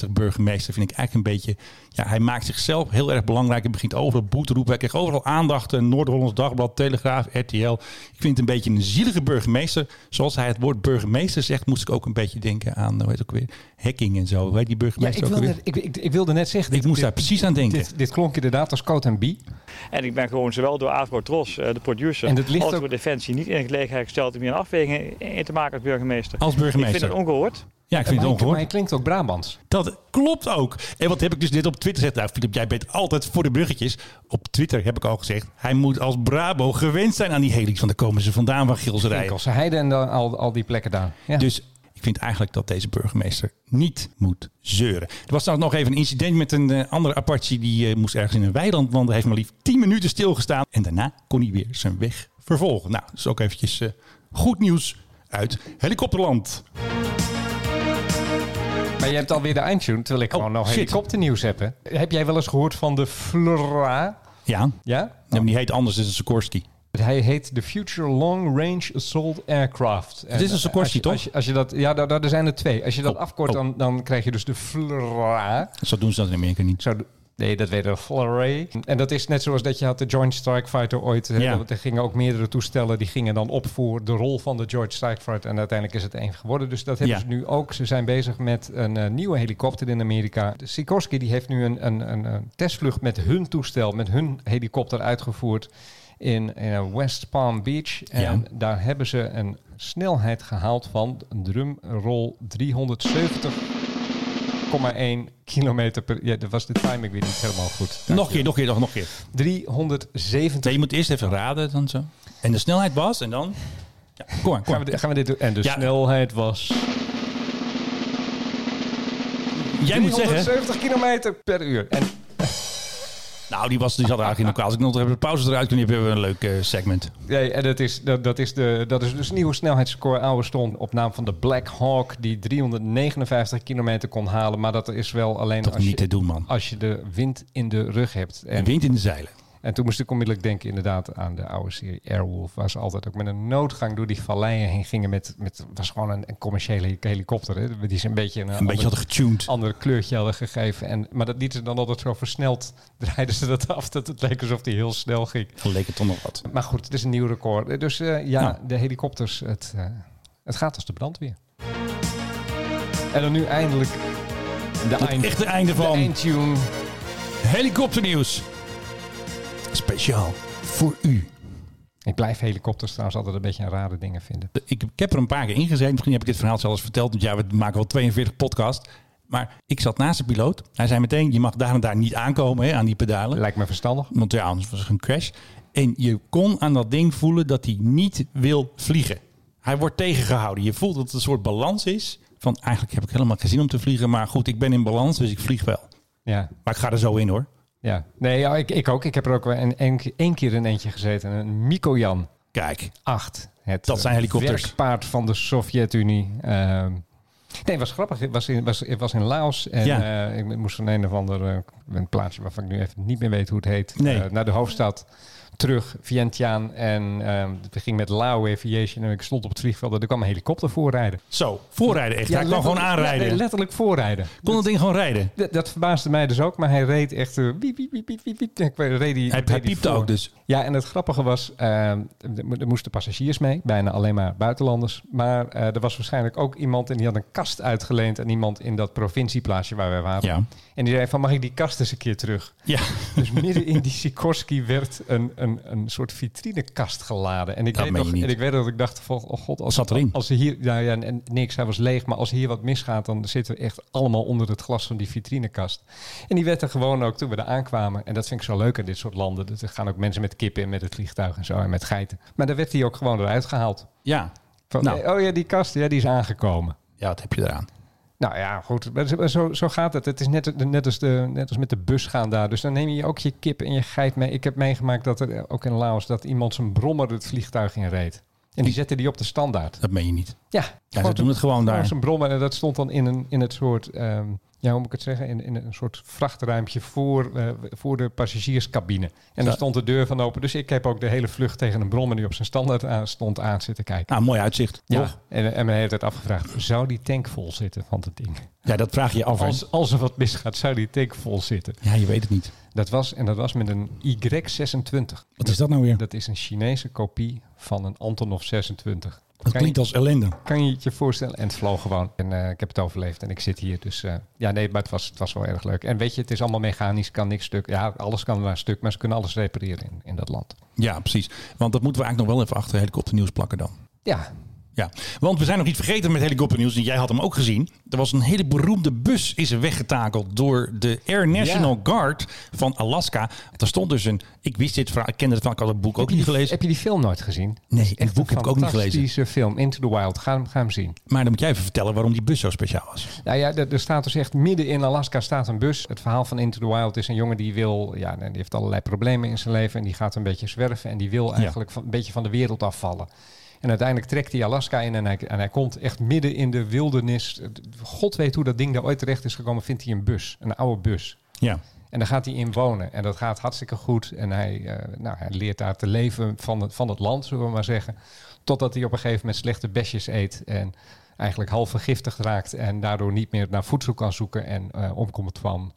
D66-burgemeester vind ik eigenlijk een beetje. Ja, hij maakt zichzelf heel erg belangrijk en begint overal boe te roepen. Hij krijgt overal aandacht. eh, Noord-Hollands Dagblad, Telegraaf, RTL. Ik vind het een beetje een zielige burgemeester. Zoals hij het woord burgemeester zegt, moest ik ook een beetje denken aan, eh, hoe heet het ook weer, hacking en zo. Hoe heet die
Ja,
burgemeester
ik,
ook
wilde,
alweer?
ik, ik, ik wilde net zeggen...
Ik moest daar precies aan denken.
Dit, dit klonk inderdaad als Coat en Bie.
En ik ben gewoon zowel door Avro Tros, eh, de producer,
En dat ligt
als
ook-
door Defensie niet in de gelegenheid gesteld om hier een afweging in te maken als burgemeester.
Als burgemeester.
Ik vind dat ongehoord.
Ja, ik vind het ongehoord.
Hij klinkt ook Brabants.
Dat klopt ook. En wat heb ik dus net op Twitter gezegd? Nou, Filip, jij bent altijd voor de bruggetjes. Op Twitter heb ik al gezegd, hij moet als Brabo gewend zijn aan die helix. Want daar komen ze vandaan van Gilserij.
Als Heide en dan al, al die plekken daar. Ja.
Dus ik vind eigenlijk dat deze burgemeester niet moet zeuren. Er was trouwens nog even een incident met een eh, andere Apache. Die eh, moest ergens in een weiland wandelen. Heeft maar liefst 10 minuten stilgestaan. En daarna kon hij weer zijn weg vervolgen. Nou, dus ook eventjes eh, goed nieuws uit Helikopterland.
Maar je hebt alweer de eindtune, terwijl ik gewoon nog
Oh, shit.
helikopternieuws heb. Hè. Heb jij wel eens gehoord van de Flora?
Ja,
Ja?
Nee, maar die heet anders. Dit is een Sikorsky.
Hij heet de Future Long Range Assault Aircraft.
Het is een Sikorsky,
als je-
toch?
Als je, als je dat, ja, daar, daar er zijn er twee. Als je dat afkort,
oh.
Dan, dan krijg je dus de Flora.
Zo doen ze dat in Amerika niet.
Zo, nee, dat weet de Flurry. En dat is net zoals dat je had de Joint Strike Fighter ooit. hè,
Ja.
Want er gingen ook meerdere toestellen die gingen dan op voor de rol van de Joint Strike Fighter. En uiteindelijk is het één geworden. Dus dat hebben
Ja.
ze nu ook. Ze zijn bezig met een eh, nieuwe helikopter in Amerika. De Sikorsky die heeft nu een, een, een, een testvlucht met hun toestel, met hun helikopter uitgevoerd in, eh, West Palm Beach. En
Ja.
daar hebben ze een snelheid gehaald van een drumroll 370. 1,1 kilometer per... Ja, dat was de timing weer niet helemaal goed.
Nog een keer, nog een keer, nog nog een keer.
370.
Nee, je moet eerst even raden dan zo. En de snelheid was en dan... Ja, kom maar, kom
Gaan we,
maar.
dit- gaan we dit doen? En dus de
Ja.
snelheid was...
Jij moet zeggen...
370 kilometer per uur. En
Nou, die, was, die zat er eigenlijk in elkaar. Als ik nog even de pauze eruit kun hebben, hebben we een leuk eh, segment.
Nee, en dat is, dat, dat, is de, dat is dus nieuwe snelheidsrecord. Oude stond op naam van de Black Hawk, die 359 kilometer kon halen. Maar dat is wel alleen
Toch
als,
niet
je,
te doen, man.
als je de wind in de rug hebt. En,
Wind in de zeilen.
en toen moest ik onmiddellijk denken inderdaad aan de oude serie Airwolf. Waar ze altijd ook met een noodgang door die valleien heen gingen. Met, met was gewoon een, een commerciële helikopter. Hè? Die ze een beetje een,
Een beetje hadden getuned.
ander kleurtje hadden gegeven. En, maar dat lieten ze dan altijd zo versneld. Draaiden ze dat af dat het leek alsof die heel snel ging.
Dan leek het toch nog wat.
Maar goed, het is een nieuw record. Dus eh, ja,
Nou.
de helikopters, het, eh, het gaat als de brandweer. En dan nu eindelijk de
Het
eind,
echte einde
de
van
eindtune.
helikopternieuws. Speciaal voor u.
Ik blijf helikopters trouwens altijd een beetje een rare dingen vinden.
Ik, ik heb er een paar keer ingezeten. Misschien heb ik dit verhaal zelfs verteld. Want ja, we maken wel 42 podcast. Maar ik zat naast de piloot. Hij zei meteen, je mag daar en daar niet aankomen hè, aan die pedalen.
Lijkt me verstandig.
Want ja, anders was het een crash. En je kon aan dat ding voelen dat hij niet wil vliegen. Hij wordt tegengehouden. Je voelt dat het een soort balans is. Van eigenlijk heb ik helemaal geen zin om te vliegen. Maar goed, ik ben in balans, dus ik vlieg wel.
Ja,
Maar ik ga er zo in hoor.
ja. Nee, ja, ik, ik ook. Ik heb er ook wel een, een, één keer in eentje gezeten. Een Mikojan.
Kijk.
Acht. Het
dat zijn helikopters.
werkpaard van de Sovjet-Unie. Ehm, nee, was grappig. Het was in, was, het was in Laos. En
Ja.
eh, ik moest van een of ander eh, een plaatsje waarvan ik nu even niet meer weet hoe het heet.
Nee.
eh, naar de hoofdstad. Terug, Vientiane. En ehm we gingen met Lao Aviation. En ik stond op het vliegveld. En er kwam een helikopter voorrijden.
Zo, voorrijden echt. Hij kwam
letterlijk-
gewoon aanrijden.
Ja, nee, letterlijk voorrijden.
Kon dat ding gewoon rijden?
Dat, dat verbaasde mij dus ook, maar hij reed echt... eh, wiep, wiep, wiep, wiep, wiep, wiep. Ik weet- reed die,
Hij- hij piepte ook dus.
Ja, en het grappige was, eh, er mo- er moesten passagiers mee, bijna alleen maar buitenlanders. Maar eh, er was waarschijnlijk ook iemand en die had een kast uitgeleend aan iemand in dat provincieplaatsje waar wij waren.
Ja.
En die zei van, mag ik die kast eens een keer terug?
Ja.
Dus midden in die Sikorsky werd een, een, een soort vitrinekast geladen. En ik,
Dat
weet
meen
nog,
je niet.
en ik weet dat ik dacht van, oh god, als,
Zat erin.
als ze hier, nou ja, en niks, hij was leeg. Maar als hier wat misgaat, dan zitten we echt allemaal onder het glas van die vitrinekast. En die werd er gewoon ook toen we er aankwamen. En dat vind ik zo leuk aan dit soort landen. Dat Er gaan ook mensen met kippen en met het vliegtuig en zo en met geiten. Maar daar werd hij ook gewoon eruit gehaald.
Ja.
Van,
Nou.
eh, Oh ja, die kast, ja, die is aangekomen.
Ja, wat heb je eraan?
Nou ja, goed. Maar zo- Zo, zo gaat het. Het is net, net, als de, net als met de bus gaan daar. Dus dan neem je ook je kip en je geit mee. Ik heb meegemaakt dat er eh, ook in Laos dat iemand zijn brommer het vliegtuig in reed. En die zette die op de standaard.
Dat meen je niet.
Ja,
Ja, ze doen het gewoon
gewoon
daar.
zijn brommer. En dat stond dan in, een, in het soort, ehm, ja, hoe moet ik het zeggen? In, in een soort vrachtruimpje voor, eh, voor de passagierscabine. En
Zo.
daar stond de deur van open. Dus ik heb ook de hele vlucht tegen een brommer die op zijn standaard aan, stond aan zitten kijken.
Nou, mooi uitzicht.
Ja,
Toch?
en, en men heeft het afgevraagd, zou die tank vol zitten van het ding?
Ja, dat vraag je je af. hè?
Als, als er wat misgaat, zou die tank vol zitten.
Ja, je weet het niet.
Dat was, en dat was met een Y26.
Wat is dat nou weer?
Dat is een Chinese kopie van een Antonov 26.
Dat
Kan je-
klinkt als ellende.
kan je het je voorstellen? En het vloog gewoon. En eh, ik heb het overleefd en ik zit hier. Dus eh, ja, nee, maar het was, het was wel erg leuk. En weet je, het is allemaal mechanisch, kan niks stuk. Ja, alles kan daar stuk, maar ze kunnen alles repareren in, in dat land.
Ja, precies. Want dat moeten we eigenlijk nog wel even achter de helikopternieuws plakken dan.
Ja,
Ja, want we zijn nog iets vergeten met helikopternieuws. En jij had hem ook gezien. Er was een hele beroemde bus is er weggetakeld door de Air National Guard van Alaska. Er stond dus een... Ik wist dit verhaal. Ik kende het verhaal. Ik had het boek ook
je
niet
die-
gelezen.
Heb je die film nooit gezien?
Nee, het boek heb ik ook niet gelezen.
Fantastische film, Into the Wild. Ga hem, ga hem zien.
Maar dan moet jij even vertellen waarom die bus zo speciaal was.
Nou ja, er er staat dus echt midden in Alaska staat een bus. Het verhaal van Into the Wild is een jongen die wil, ja, nee, die heeft allerlei problemen in zijn leven en die gaat een beetje zwerven en die wil eigenlijk van, een beetje van de wereld afvallen. En uiteindelijk trekt hij Alaska in en hij, en hij komt echt midden in de wildernis. God weet hoe dat ding daar ooit terecht is gekomen, vindt hij een bus, een oude bus.
Ja.
En daar gaat hij in wonen. En dat gaat hartstikke goed. En hij, eh, nou, hij leert daar te leven van het, van het land, zullen we maar zeggen. Totdat hij op een gegeven moment slechte besjes eet. En eigenlijk half vergiftigd raakt. En daardoor niet meer naar voedsel kan zoeken. En eh, omkomt van,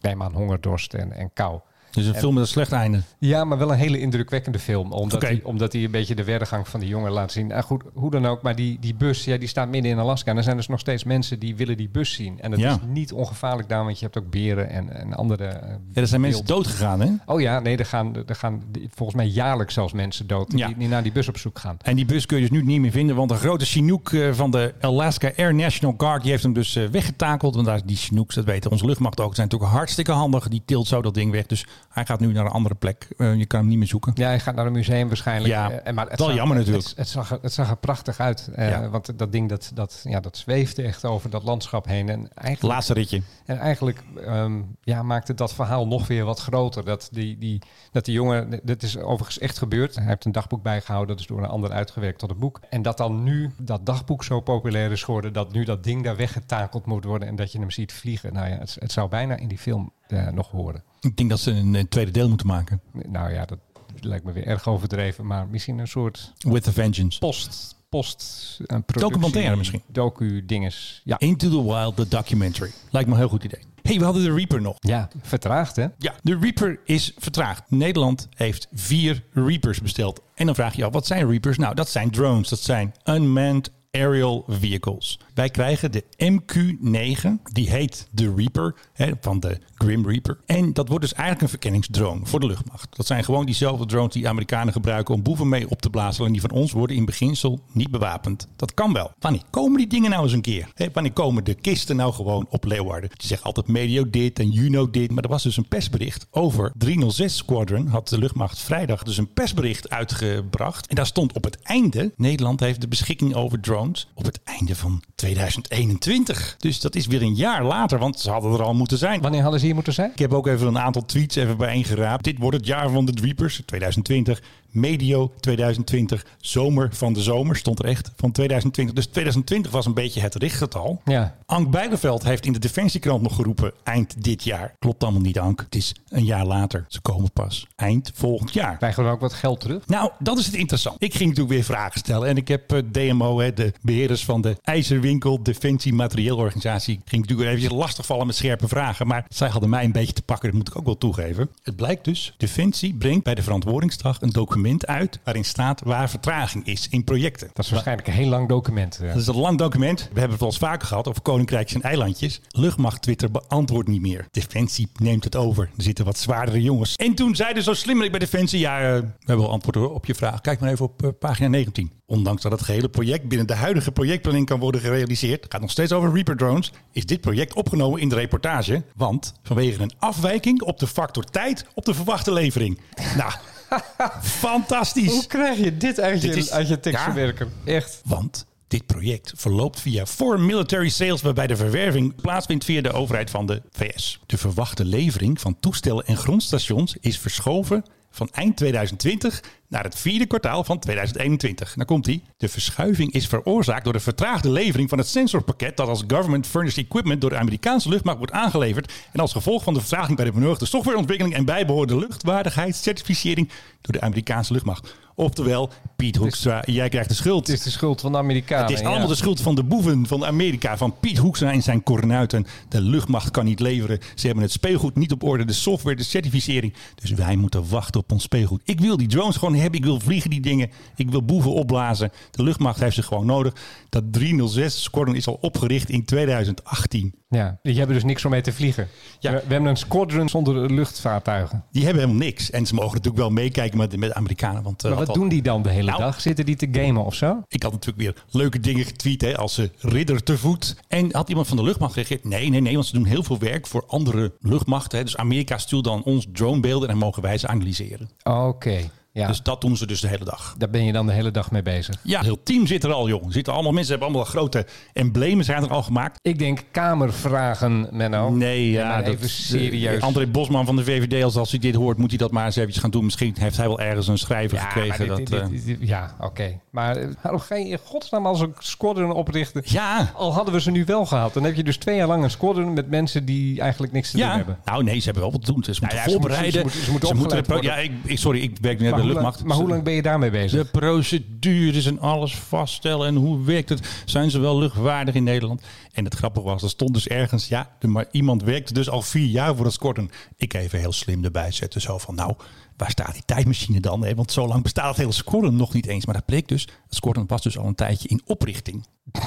neem aan, honger, dorst en, en kou.
Dus een
En-
film met een slecht einde.
ja, maar wel een hele indrukwekkende film. Omdat,
Oké.
hij, omdat hij een beetje de werdegang van die jongen laat zien. Nou goed, hoe dan ook. Maar die, die bus, ja, die staat midden in Alaska. En er zijn dus nog steeds mensen die willen die bus zien. En dat
Ja.
is niet ongevaarlijk daar, want je hebt ook beren en, en andere... eh,
Ja, er zijn mensen
wilden.
dood gegaan, hè?
Oh ja, nee, er gaan, er gaan volgens mij jaarlijks zelfs mensen dood die-
Ja.
die, naar die bus op zoek gaan.
En die bus kun je dus nu niet meer vinden, want een grote Chinook eh, van de Alaska Air National Guard die heeft hem dus eh, weggetakeld. Want daar is die Chinooks, dat weten onze luchtmacht ook, zijn natuurlijk hartstikke handig. Die tilt zo dat ding weg, dus hij gaat nu naar een andere plek. Eh, je kan hem niet meer zoeken.
Ja, hij gaat naar een museum waarschijnlijk.
Ja,
Eh, en maar
wel
zag-
jammer natuurlijk.
Het, het zag, er- het zag er prachtig uit. Eh,
Ja.
Want dat ding dat, dat, ja, dat zweefde echt over dat landschap heen. En eigenlijk,
Laatste ritje.
En eigenlijk ehm, ja, maakte dat verhaal nog weer wat groter. Dat die, die, dat die jongen, dat is overigens echt gebeurd. Hij heeft een dagboek bijgehouden, dat is door een ander uitgewerkt tot een boek. En dat dan nu dat dagboek zo populair is geworden, dat nu dat ding daar weggetakeld moet worden en dat je hem ziet vliegen. Nou ja, het, het zou bijna in die film eh, nog horen.
Ik denk dat ze een, eh, tweede deel moeten maken.
Nou ja, dat lijkt me weer erg overdreven, maar misschien een soort
With a Vengeance.
post, post, een productie,
Documentaire misschien.
Docu-dinges. Ja.
Into the Wild, the documentary. Lijkt me een heel goed idee. hey, we hadden de Reaper nog.
ja, vertraagd hè?
Ja, de Reaper is vertraagd. Nederland heeft vier Reapers besteld. En dan vraag je je af, wat zijn Reapers? Nou, dat zijn drones. Dat zijn unmanned aerial vehicles. Wij krijgen de MQ-9. Die heet de Reaper, hè, van de Grim Reaper. En dat wordt dus eigenlijk een verkenningsdrone voor de luchtmacht. Dat zijn gewoon diezelfde drones die Amerikanen gebruiken om boeven mee op te blazen. En die van ons worden in beginsel niet bewapend. Dat kan wel. Wanneer komen die dingen nou eens een keer? Hè, wanneer komen de kisten nou gewoon op Leeuwarden? Je zegt altijd Medio dit en Juno dit. Maar er was dus een persbericht over 306 Squadron. Had de luchtmacht vrijdag dus een persbericht uitgebracht. En daar stond op het einde... Nederland heeft de beschikking over drones Jones op het einde van 2021. Dus dat is weer een jaar later, want ze hadden er al moeten zijn.
Wanneer hadden ze hier moeten zijn?
Ik heb ook even een aantal tweets even bijeengeraapt. Dit wordt het jaar van de Dweepers 2020. Medio 2020, zomer van de zomer stond er echt van 2020. Dus 2020 was een beetje het richtgetal.
Ja.
Ank Bijleveld heeft in de Defensiekrant nog geroepen eind dit jaar. Klopt allemaal niet, Ank. Het is een jaar later. Ze komen pas eind volgend jaar.
Krijgen we dan ook wat geld terug?
Nou, dat is het interessant. Ik ging natuurlijk weer vragen stellen. En ik heb eh, DMO, hè, de beheerders van de IJzerwinkel Defensie Materieelorganisatie, ging natuurlijk weer even lastig vallen met scherpe vragen. Maar zij hadden mij een beetje te pakken, dat moet ik ook wel toegeven. Het blijkt dus, Defensie brengt bij de verantwoordingsdag een document uit waarin staat waar vertraging is in projecten.
Dat is waarschijnlijk een heel lang document. eh.
Dat is een lang document. We hebben het wel eens vaker gehad over koninkrijks en eilandjes. Luchtmacht Twitter beantwoordt niet meer. Defensie neemt het over. Er zitten wat zwaardere jongens. En toen zeiden zo slimmerik bij Defensie... ja, eh, we hebben wel antwoord hoor, op je vraag. Kijk maar even op eh, pagina 19. Ondanks dat het gehele project binnen de huidige projectplanning kan worden gerealiseerd... gaat nog steeds over Reaper drones... is dit project opgenomen in de reportage. Want vanwege een afwijking op de factor tijd op de verwachte levering. Nou, fantastisch.
Hoe krijg je dit uit je,
Dit is-
uit je
Ja.
tekstverwerker? Echt.
Want dit project verloopt via Foreign Military Sales, waarbij de verwerving plaatsvindt via de overheid van de VS. De verwachte levering van toestellen en grondstations is verschoven van eind 2020 naar het vierde kwartaal van 2021. Daar komt hij. De verschuiving is veroorzaakt door de vertraagde levering van het sensorpakket dat als government furnished equipment door de Amerikaanse luchtmacht wordt aangeleverd en als gevolg van de vertraging bij de benodigde softwareontwikkeling en bijbehorende luchtwaardigheidscertificering door de Amerikaanse luchtmacht. Oftewel, Piet Hoekstra, jij krijgt de schuld.
Het is de schuld van de Amerikanen.
Het is
ja.
allemaal de schuld van de boeven van Amerika, van Piet Hoekstra en zijn kornuiten. De luchtmacht kan niet leveren. Ze hebben het speelgoed niet op orde, de software, de certificering. Dus wij moeten wachten op ons speelgoed. Ik wil die drones gewoon hebben, ik wil vliegen die dingen. Ik wil boeven opblazen. De luchtmacht heeft ze gewoon nodig. Dat 306 squadron is al opgericht in 2018.
Ja, die hebben dus niks om mee te vliegen.
Ja.
We, we hebben een squadron zonder luchtvaartuigen.
Die hebben helemaal niks. En ze mogen natuurlijk wel meekijken met, met de Amerikanen. Want, eh,
Maar wat
had al-
doen die dan de hele
Nou.
dag? Zitten die te gamen of zo?
Ik had natuurlijk weer leuke dingen getweet, hè, als eh, ridder te voet. En had iemand van de luchtmacht gereageerd? Nee, nee, nee, want ze doen heel veel werk voor andere luchtmachten. Hè. Dus Amerika stuurt dan ons dronebeelden en dan mogen wij ze analyseren.
Oké, ja.
Dus dat doen ze dus de hele dag.
Daar ben je dan de hele dag mee bezig.
Ja, heel team zit er al, jong. Zitten allemaal mensen, hebben allemaal grote emblemen zijn er al gemaakt.
Ik denk kamervragen, Menno.
Nee, ja,
Oh, maar
dat-
even serieus.
eh, André Bosman van de VVD, als, als hij dit hoort, moet hij dat maar eens eventjes gaan doen. Misschien heeft hij wel ergens een schrijver
ja,
gekregen.
maar dit-
dat,
dit-
eh,
dit- dit- ja, oké. Maar eh, waarom ga je in godsnaam als een squadron oprichten?
ja,
Al hadden we ze nu wel gehad. Dan heb je dus twee jaar lang een squadron met mensen die eigenlijk niks te doen hebben.
Nou, nee, ze hebben wel wat te doen. Ze moeten
ja, ze
voorbereiden.
moeten- ze moeten- ze moeten
de pro- ja,
opgeleid
ik, ik- sorry, ik werk niet bij
Maar,
de
hoe,
luchtmacht.
lang, maar hoe lang ben je daarmee bezig?
De procedures en alles vaststellen en hoe werkt het? Zijn ze wel luchtwaardig in Nederland? En het grappige was, er stond dus ergens, ja, de- maar iemand werkte dus al vier jaar voor het squadron. Ik even heel slim erbij zetten, zo van, nou, waar staat die tijdmachine dan? hè? Want zo lang bestaat het hele squadron nog niet eens. Maar dat bleek dus, het squadron was dus al een tijdje in oprichting.
Oh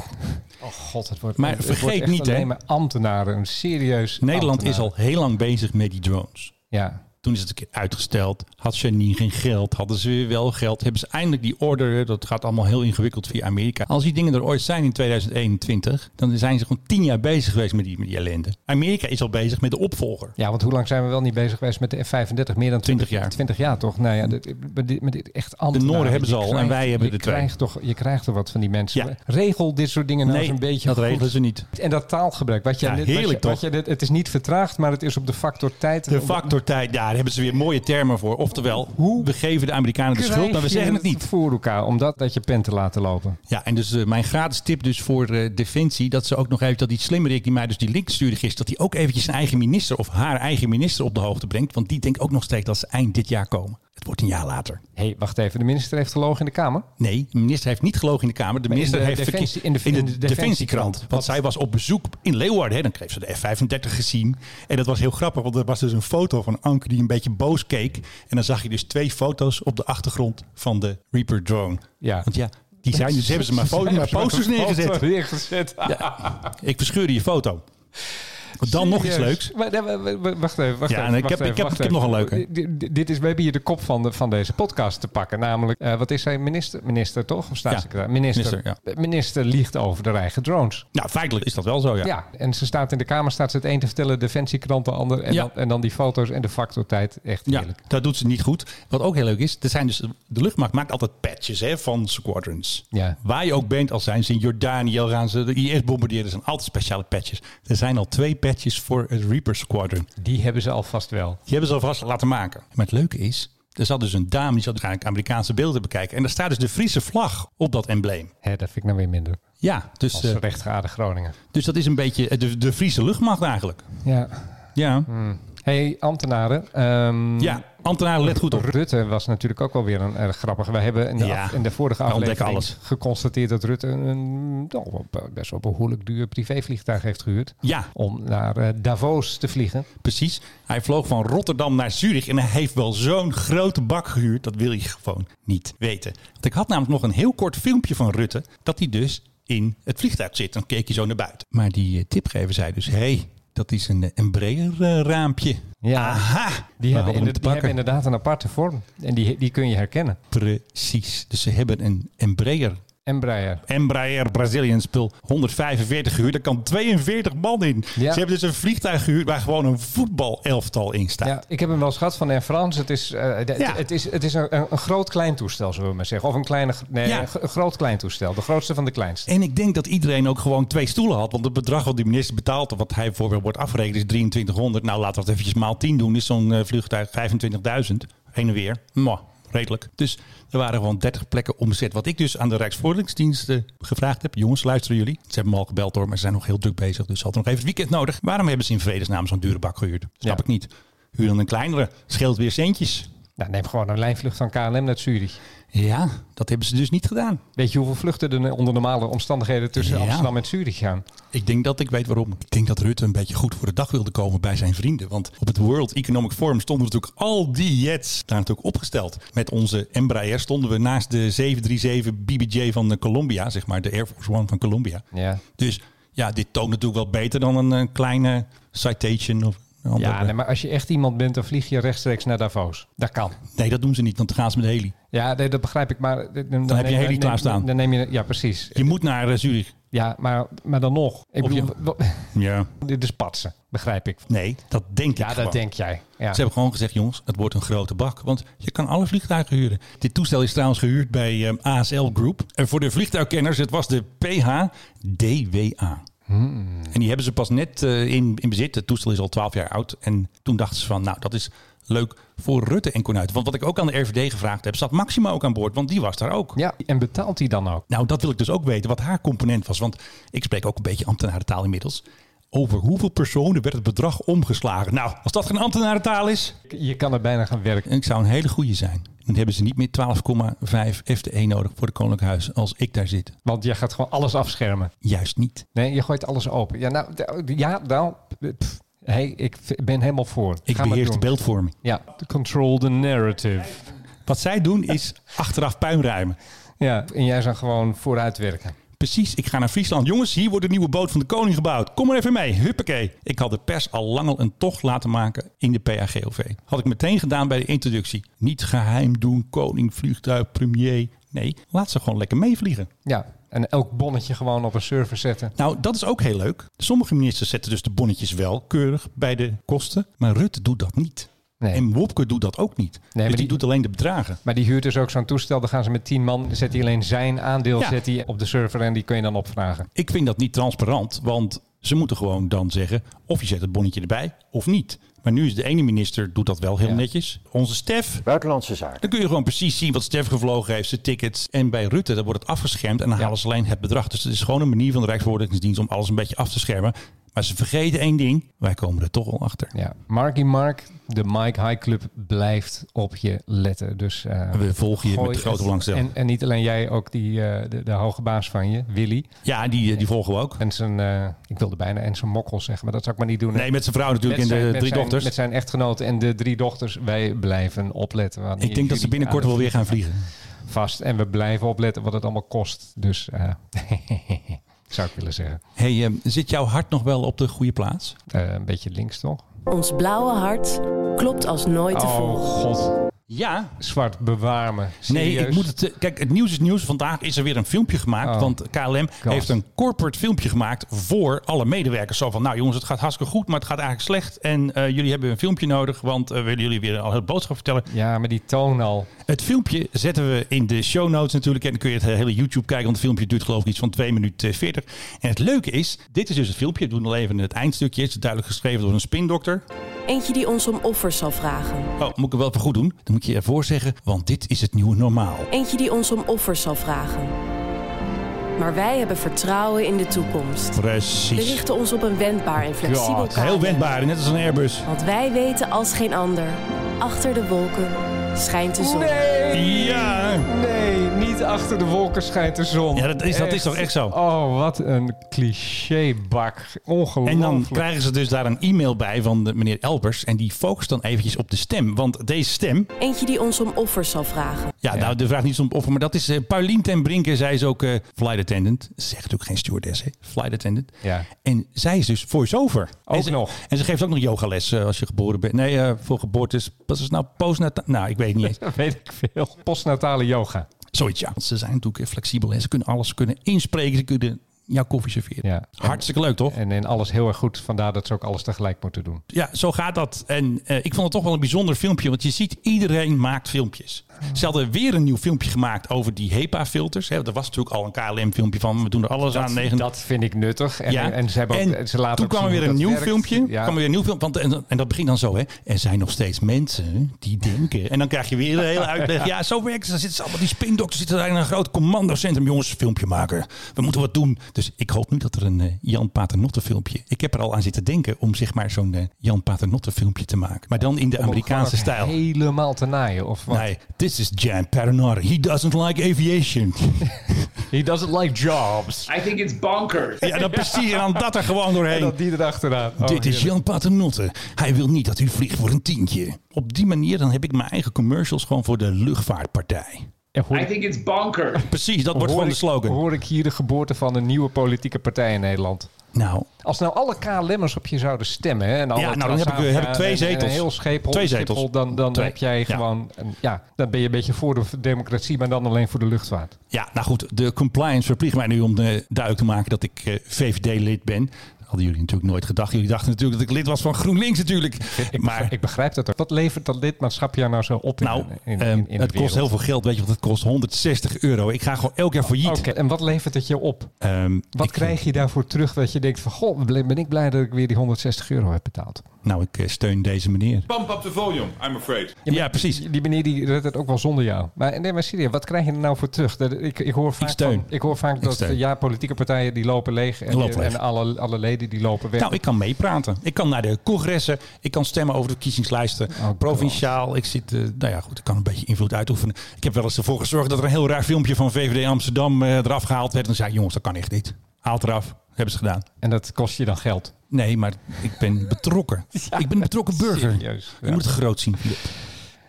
god, het wordt,
Maar
het
vergeet
wordt echt
niet, hè.
alleen maar ambtenaren. Een serieus
Nederland is
ambtenaar.
al heel lang bezig met die drones.
Ja,
Toen is het een keer uitgesteld. Had Janine geen geld? Hadden ze weer wel geld? Hebben ze eindelijk die order? Dat gaat allemaal heel ingewikkeld via Amerika. Als die dingen er ooit zijn in 2021, dan zijn ze gewoon tien jaar bezig geweest met die, met die ellende. Amerika is al bezig met de opvolger.
Ja, want hoe lang zijn we wel niet bezig geweest met de F-35? Meer dan
20 jaar. Mm.
20 jaar toch? Nou ja, dit- met dit- met dit echt ambtenaren.
Noorden hebben ze
Je
al en wij hebben
je
de twee.
Krijgt toch, je krijgt toch wat van die mensen.
Ja.
Regel dit soort dingen nou eens een beetje
dat
goed.
regelen ze niet.
En dat taalgebruik. Wat jij
Ja,
net-
heerlijk
wat je, wat
toch?
je net- het is niet vertraagd, maar het is op de factor tijd.
De factor tijd, daar hebben ze weer mooie termen voor. Oftewel,
Hoe
we geven de Amerikanen de
Krijg
schuld, maar we
je
zeggen het niet.
voor elkaar, omdat dat je pen te laten lopen.
Ja, en dus eh, mijn gratis tip dus voor eh, Defensie... dat ze ook nog even, dat die slimmerik die mij dus die link stuurde gisteren... dat die ook eventjes zijn eigen minister of haar eigen minister op de hoogte brengt. Want die denkt ook nog steeds dat ze eind dit jaar komen. Het wordt een jaar later.
Hé, hey, wacht even. De minister heeft gelogen in de Kamer.
Nee, de minister heeft niet gelogen in de Kamer. De
Maar in
minister
de
heeft verkeerd-
Defensie- in de- in de
Defensiekrant.
Defensiekrant.
Want zij was op bezoek in Leeuwarden. Hè. Dan kreeg ze de F-35 gezien. En dat was heel grappig, want er was dus een foto van Anke die een beetje boos keek. En dan zag je dus twee foto's op de achtergrond van de Reaper drone.
Ja.
Want ja, die zijn dus, hebben ze maar, fo- maar posters neergezet.
Neergezet.
Ja, ik verscheur je foto. Dan nog iets leuks.
Wa- nee, wa- wa- Wacht even, wacht
Ja,
even.
en ik
wacht
heb-
even,
ik heb-
wacht
ik heb nog
even.
een leuke.
D- d- Dit is, we hebben hier de kop van, de, van deze podcast te pakken. Namelijk, eh, wat is hij? Minister, minister toch? Of staatssecretaris? minister.
minister,
minister liegt over de eigen drones.
Nou, feitelijk is dat wel zo, ja.
en ze staat in de kamer, staat ze het een te vertellen, defensiekrant de ander. En,
Ja.
dan, en dan die foto's en de factortijd. Echt
Ja,
heerlijk.
dat doet ze niet goed. Wat ook heel leuk is, er zijn dus, de luchtmacht maakt altijd patches hè, van squadrons.
Ja.
Waar je ook bent, al zijn ze in Jordanië, al gaan ze de IS bombarderen, er zijn altijd speciale patches. Er zijn al twee patches voor het Reaper Squadron.
Die hebben ze alvast wel.
Die hebben ze alvast laten maken. Maar het leuke is, er zat dus een dame, die zat eigenlijk Amerikaanse beelden bekijken. En daar staat dus de Friese vlag op dat embleem.
Hè, dat vind ik nou weer minder.
Ja, dus,
Als
eh,
rechtgeaarde Groningen.
dus dat is een beetje eh, de, de Friese luchtmacht eigenlijk.
Ja.
Ja.
Hey, ambtenaren. ehm,
Ja, ambtenaren, let goed op.
Rutte was natuurlijk ook wel weer een erg grappig. We hebben in de,
Ja,
af- in de vorige
wij ontdekken
aflevering
alles.
geconstateerd dat Rutte een, een nou, best wel behoorlijk duur privévliegtuig heeft gehuurd.
Ja.
Om naar eh, Davos te vliegen.
Precies. Hij vloog van Rotterdam naar Zurich en hij heeft wel zo'n grote bak gehuurd. Dat wil je gewoon niet weten. Want ik had namelijk nog een heel kort filmpje van Rutte dat hij dus in het vliegtuig zit. Dan keek hij zo naar buiten. Maar die eh, tipgever zei dus, hé, hey, dat is een, eh, een breder eh, raampje.
Ja,
Aha,
die, hebben,
in
in die hebben inderdaad een aparte vorm. En die, die kun je herkennen.
Precies. Dus ze hebben een Embraer.
Embraer.
Embraer Brazilian spul. 145 gehuurd. Daar kan 42 man in.
Ja.
Ze hebben dus een vliegtuig gehuurd waar gewoon een voetbalelftal in staat.
Ja, ik heb hem wel eens gehad van Air France. Het is, eh, de-
Ja.
het is, het is een, een een groot klein toestel, zullen we maar zeggen. Of een, kleine, nee,
Ja.
een gro- een groot klein toestel. De grootste van de kleinste.
En ik denk dat iedereen ook gewoon twee stoelen had. Want het bedrag wat die minister betaalt, wat hij voor wordt afgerekend, is 2300. Nou, laten we dat eventjes maal 10 doen. Is zo'n eh, vliegtuig 25.000. Heen en weer. Mwah, redelijk. Dus er waren gewoon 30 plekken omzet. Wat ik dus aan de Rijksvoorlichtingsdienst eh, gevraagd heb. Jongens, luisteren jullie. Ze hebben me al gebeld hoor, maar ze zijn nog heel druk bezig. Dus ze hadden nog even het weekend nodig. Waarom hebben ze in vredesnaam zo'n dure bak gehuurd? Snap ik niet. Huur dan een kleinere. Scheelt weer centjes.
Nou, neem gewoon een lijnvlucht van KLM naar Zurich.
Ja, dat hebben ze dus niet gedaan.
Weet je hoeveel vluchten er onder normale omstandigheden tussen
Ja.
Amsterdam en Zurich gaan?
Ik denk dat ik weet waarom. Ik denk dat Rutte een beetje goed voor de dag wilde komen bij zijn vrienden. Want op het World Economic Forum stonden natuurlijk al die jets daar natuurlijk opgesteld. Met onze Embraer stonden we naast de 737 BBJ van eh, Colombia, zeg maar, de Air Force One van Colombia.
Ja,
Dus ja, dit toont natuurlijk wel beter dan een eh, kleine Citation of een andere.
ja nee, maar als je echt iemand bent, dan vlieg je rechtstreeks naar Davos. Dat kan.
Nee, dat doen ze niet, want dan gaan ze met de heli.
Ja, nee, dat begrijp ik. Maar eh, dan, dan
Dan heb je
neem-
heli
neem-
klaarstaan.
Dan neem je, ja, precies.
Je moet naar eh, Zurich.
Ja, maar, maar dan nog. Ik
Of je-
bedoel, wa-
Ja.
dit is patsen, begrijp ik.
Nee, dat denk ik
Ja, dat
gewoon.
denk jij. Ja.
Ze hebben gewoon gezegd, jongens, het wordt een grote bak. Want je kan alle vliegtuigen huren. Dit toestel is trouwens gehuurd bij ehm, ASL Group. En voor de vliegtuigkenners, het was de PHDWA. En die hebben ze pas net eh, in, in bezit. Het toestel is al 12 jaar oud. En toen dachten ze van, nou, dat is leuk voor Rutte en Konuit. Want wat ik ook aan de RVD gevraagd heb, zat Maxima ook aan boord. Want die was daar ook.
ja, en betaalt hij dan ook?
Nou, dat wil ik dus ook weten, wat haar component was. Want ik spreek ook een beetje ambtenarentaal inmiddels. Over hoeveel personen werd het bedrag omgeslagen? Nou, als dat geen ambtenarentaal is...
Je kan er bijna gaan werken.
En ik zou een hele goede zijn. Dan hebben ze niet meer 12,5 FTE E nodig voor het Koninklijk Huis als ik daar zit.
Want je gaat gewoon alles afschermen.
Juist niet.
Nee, je gooit alles open. Ja, nou, d- ja, nou pff, hey, ik v- ben helemaal voor.
Ik
Ga maar
beheer de
doen.
beeldvorming.
Ja, control the narrative.
Wat zij doen is achteraf puinruimen.
Ja, en jij zou gewoon vooruit werken.
Precies, ik ga naar Friesland. Jongens, hier wordt de nieuwe boot van de koning gebouwd. Kom maar even mee. Huppakee. Ik had de pers al lang al een tocht laten maken in de PAGOV. Had ik meteen gedaan bij de introductie. Niet geheim doen, koning, vliegtuig, premier. Nee, laat ze gewoon lekker meevliegen.
Ja, en elk bonnetje gewoon op een server zetten.
Nou, dat is ook heel leuk. Sommige ministers zetten dus de bonnetjes wel keurig bij de kosten. Maar Rutte doet dat niet.
Nee.
En Wopke doet dat ook niet. dus die,
die-
doet alleen de bedragen.
Maar die huurt dus ook zo'n toestel. Dan gaan ze met tien man. dan Zet hij alleen zijn aandeel
Ja.
zet hij op de server en die kun je dan opvragen.
Ik vind dat niet transparant, want ze moeten gewoon dan zeggen... of je zet het bonnetje erbij of niet. Maar nu is de ene minister, doet dat wel heel
Ja.
netjes. Onze Stef,
Buitenlandse zaken.
dan kun je gewoon precies zien wat Stef gevlogen heeft, zijn tickets. En bij Rutte, dan wordt het afgeschermd en dan halen ze alleen het bedrag. Dus het is gewoon een manier van de Rijksvoorlichtingsdienst... om alles een beetje af te schermen. Maar ze vergeten één ding, wij komen er toch al achter.
Ja, Marky Mark, de Mike High Club blijft op je letten. Dus eh,
We volgen je
gooi
met grote
het-
belangstelling.
En, en niet alleen jij, ook die, eh, de, de hoge baas van je, Willy.
Ja, die, die volgen we ook.
En zijn, eh, ik wilde bijna en zijn mokkel zeggen, maar dat zou ik maar niet doen. hè.
Nee, met zijn vrouw natuurlijk
Met
en de
zijn- met
drie
zijn-
dochters.
Met zijn echtgenoot en de drie dochters. Wij blijven opletten. wanneer
Ik denk dat ze
jullie
binnenkort
aan
wel
het
weer gaan vliegen.
vliegen Vast. En we blijven opletten wat het allemaal kost. Dus eh, zou ik willen zeggen. Eh,
Hey, eh, zit jouw hart nog wel op de goede plaats?
een beetje links toch?
Ons blauwe hart klopt als nooit
Oh
tevoren.
god.
Ja.
Zwart bewaar me.
Nee,
Serieus?
ik moet het. eh, Kijk, het nieuws is nieuws. Vandaag is er weer een filmpje gemaakt.
Oh,
want KLM heeft een corporate filmpje gemaakt voor alle medewerkers. Zo van: Nou jongens, het gaat hartstikke goed, maar het gaat eigenlijk slecht. En eh, jullie hebben een filmpje nodig, want eh, we willen jullie weer al heel boodschap vertellen.
Ja, maar die toon al.
Het filmpje zetten we in de show notes natuurlijk. En dan kun je het hele YouTube kijken, want het filmpje duurt geloof ik iets van 2 minuten 40. En het leuke is: dit is dus het filmpje. We doen al even het eindstukje. Het is duidelijk geschreven door een spindokter.
Eentje die ons om offers zal vragen.
Oh, moet ik het wel even goed doen? Dan moet je ervoor zeggen, want dit is het nieuwe normaal.
Eentje die ons om offers zal vragen. Maar wij hebben vertrouwen in de toekomst. We
Precies.
richten ons op een wendbaar en flexibel
Ja, het is
kader.
heel wendbaar, net als een Airbus.
Want wij weten als geen ander, achter de wolken schijnt de zon.
Ja.
Nee, niet achter de wolken schijnt de zon.
Ja, dat is- dat is toch echt zo?
Oh, wat een clichébak. Ongelooflijk.
En dan krijgen ze dus daar een e-mail bij van de meneer Elbers. En die focust dan eventjes op de stem. Want deze stem,
Eentje die ons om offers zal vragen.
ja, nou de vraag niet om offer, maar dat is eh, Paulien ten Brinke. Zij is ook eh, flight attendant. Zegt ook geen stewardess, hè? Flight attendant.
Ja.
En zij is dus voice-over.
Ook
en ze,
nog.
En ze geeft ook nog yogales eh, als je geboren bent. Nee, eh, voor geboortes. Wat is het nou postnata? Nou, ik weet het niet eens.
Dat weet ik veel. Postnatale yoga.
Zoiets, ja. Want ze zijn natuurlijk eh, flexibel en ze kunnen alles ze kunnen inspreken. Ze kunnen jouw koffie serveren.
Ja.
Hartstikke leuk, toch?
En in alles heel erg goed. Vandaar dat ze ook alles tegelijk moeten doen.
Ja, zo gaat dat. En eh, ik vond het toch wel een bijzonder filmpje. Want je ziet, iedereen maakt filmpjes. Ze hadden weer een nieuw filmpje gemaakt over die HEPA-filters. hè. Er was natuurlijk al een KLM-filmpje van. We doen er alles aan. Negen...
dat vind ik nuttig. En,
Ja.
en ze hebben ook,
En
ze laten
toen
ook
kwam er
zien
weer
hoe
een
dat
nieuw
werkt.
filmpje.
Ja.
Kwam er weer een nieuw filmpje want, en, en dat begint dan zo. Hè. Er zijn nog steeds mensen die denken. En dan krijg je weer een hele uitleg. Ja, zo werkt het. Dan zitten ze allemaal, die spindokters zitten daar in een groot commandocentrum. Jongens, filmpje maken. We moeten wat doen. Dus ik hoop nu dat er een eh, Jan Paternotte filmpje... Ik heb er al aan zitten denken om zeg maar zo'n eh, Jan Paternotte filmpje te maken. Maar dan in de
Om ook
Amerikaanse
gewoon
stijl.
Helemaal te naaien. Of wat?
Nee, this is Jan Paternotte. He doesn't like aviation.
He doesn't like jobs.
I think it's bonkers.
Ja, dan precies. En dan dat er gewoon doorheen.
En dan die erachteraan. Oh,
Dit is
heerlijk.
Jan Paternotte. Hij wil niet dat u vliegt voor een tientje. Op die manier dan heb ik mijn eigen commercials gewoon voor de luchtvaartpartij.
I think it's bonkers.
Precies, dat wordt
Hoor
gewoon de
ik-
slogan.
Hoor ik hier de geboorte van een nieuwe politieke partij in Nederland.
Nou,
Als nou alle KLM'ers op je zouden stemmen... Hè, en alle
Ja, nou, dan heb ik-
Transavia
heb ik twee
en- en
zetels.
een heel Schiphol,
Twee zetels.
Schiphol, dan, dan
Twee.
heb jij gewoon... een- ja, dan ben je een beetje voor de democratie, maar dan alleen voor de luchtvaart.
ja, nou goed, de compliance verplicht mij nu om eh, duidelijk te maken dat ik eh, VVD-lid ben. Dat hadden jullie natuurlijk nooit gedacht. Jullie dachten natuurlijk dat ik lid was van GroenLinks natuurlijk. Maar
Ik begrijp dat ook. Wat levert dat lidmaatschap jou nou zo op in,
nou,
in- in,
ehm,
in de
het kost
wereld?
heel veel geld. Weet je wat het kost? 160 euro. Ik ga gewoon elk jaar failliet.
Oké, en wat levert het je op?
Ehm,
Wat krijg je daarvoor terug dat je denkt van... Goh, ben ik blij dat ik weer die 160 euro heb betaald.
nou, ik eh, steun deze meneer.
Pump up the volume, I'm afraid.
Ja, precies.
Die meneer die redt het ook wel zonder jou. Maar nee, maar serieus, wat krijg je er nou voor terug? Dat, ik, ik, hoor vaak
steun.
van- ik hoor vaak
Ik
dat
steun.
eh, ja, politieke partijen die lopen leeg. En,
Lopen leeg.
en alle, alle leden die lopen weg.
Nou, ik kan meepraten. Ik kan naar de congressen. Ik kan stemmen over de
Oh,
verkiezingslijsten. provinciaal. Ik zit, eh, nou ja, goed. Ik kan een beetje invloed uitoefenen. Ik heb wel eens ervoor gezorgd dat er een heel raar filmpje van VVD Amsterdam eh, eraf gehaald werd. En zei, jongens, dat kan echt niet. Haalt eraf. Hebben ze gedaan.
En dat kost je dan geld.
Nee, maar ik ben betrokken. ik ben een betrokken burger.
serieus,
Je
ja.
moet het groot zien. Filip.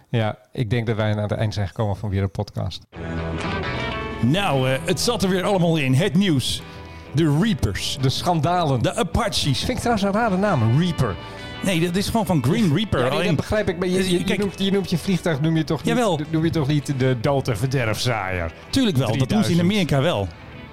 Ja, ik denk dat wij aan het eind zijn gekomen van weer een podcast.
Nou, eh, het zat er weer allemaal in. Het nieuws. De Reapers.
De schandalen.
De Apaches.
Vind ik trouwens een rare naam, Reaper.
Nee, dat is gewoon van Green Reaper.
Ja, nee,
Alleen, Eh,
dat begrijp ik. Maar je, je, je
Kijk.
noemt, je noemt je vliegtuig noem je toch niet,
Jawel.
noem je toch niet de dood- en verderfzaaier?
tuurlijk wel. Dat doen ze in
3000.
Amerika wel.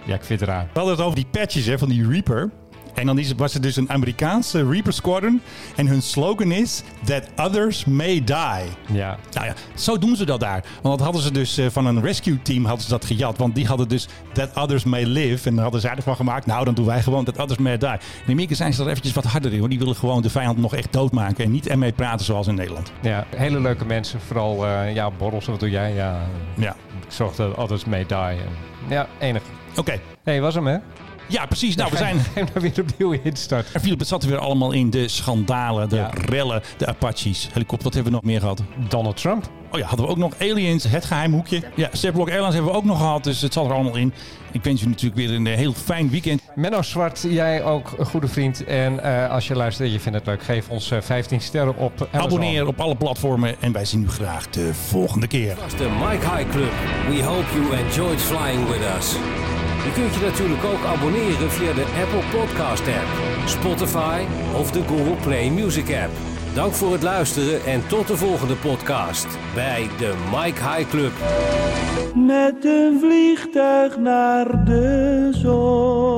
Ja, ik vind het raar.
We hadden het over die patches hè, van die Reaper. En dan is, was er dus een Amerikaanse Reaper Squadron. En hun slogan is: That others may die.
Ja.
Nou ja, zo doen ze dat daar. Want dat hadden ze dus eh, van een rescue team hadden ze dat gejat. Want die hadden dus That others may live. En daar hadden zij ervan gemaakt. Nou, dan doen wij gewoon That others may die. In Amerika zijn ze er eventjes wat harder in hoor. Die willen gewoon de vijand nog echt doodmaken. En niet ermee praten zoals in Nederland.
Ja, hele leuke mensen. Vooral, eh, ja, borrels, wat doe jij? Ja,
Ja,
ik zorg dat others may die. En, ja, enig.
oké.
hey, was hem hè?
Ja, precies. Nou, we zijn.
En dan weer opnieuw instart.
En Philip, het zat er weer allemaal in. De schandalen, de
Ja.
rellen, de Apaches. Helikopter, wat hebben we nog meer gehad?
Donald Trump.
Oh ja, hadden we ook nog Aliens, het geheim hoekje. Ja, Zeplock Airlines hebben we ook nog gehad, dus het zat er allemaal in. Ik wens jullie natuurlijk weer een eh, heel fijn weekend.
Menno Zwart, jij ook een goede vriend. En eh, als je luistert en je vindt het leuk, geef ons eh, 15 sterren op Amazon.
Abonneer op alle platformen en wij zien u graag de volgende keer.
was de Mike High Club. We hope you enjoyed flying with us. Je kunt je natuurlijk ook abonneren via de Apple Podcast app, Spotify of de Google Play Music app. Dank voor het luisteren en tot de volgende podcast bij de Mike High Club.
Met een vliegtuig naar de zon.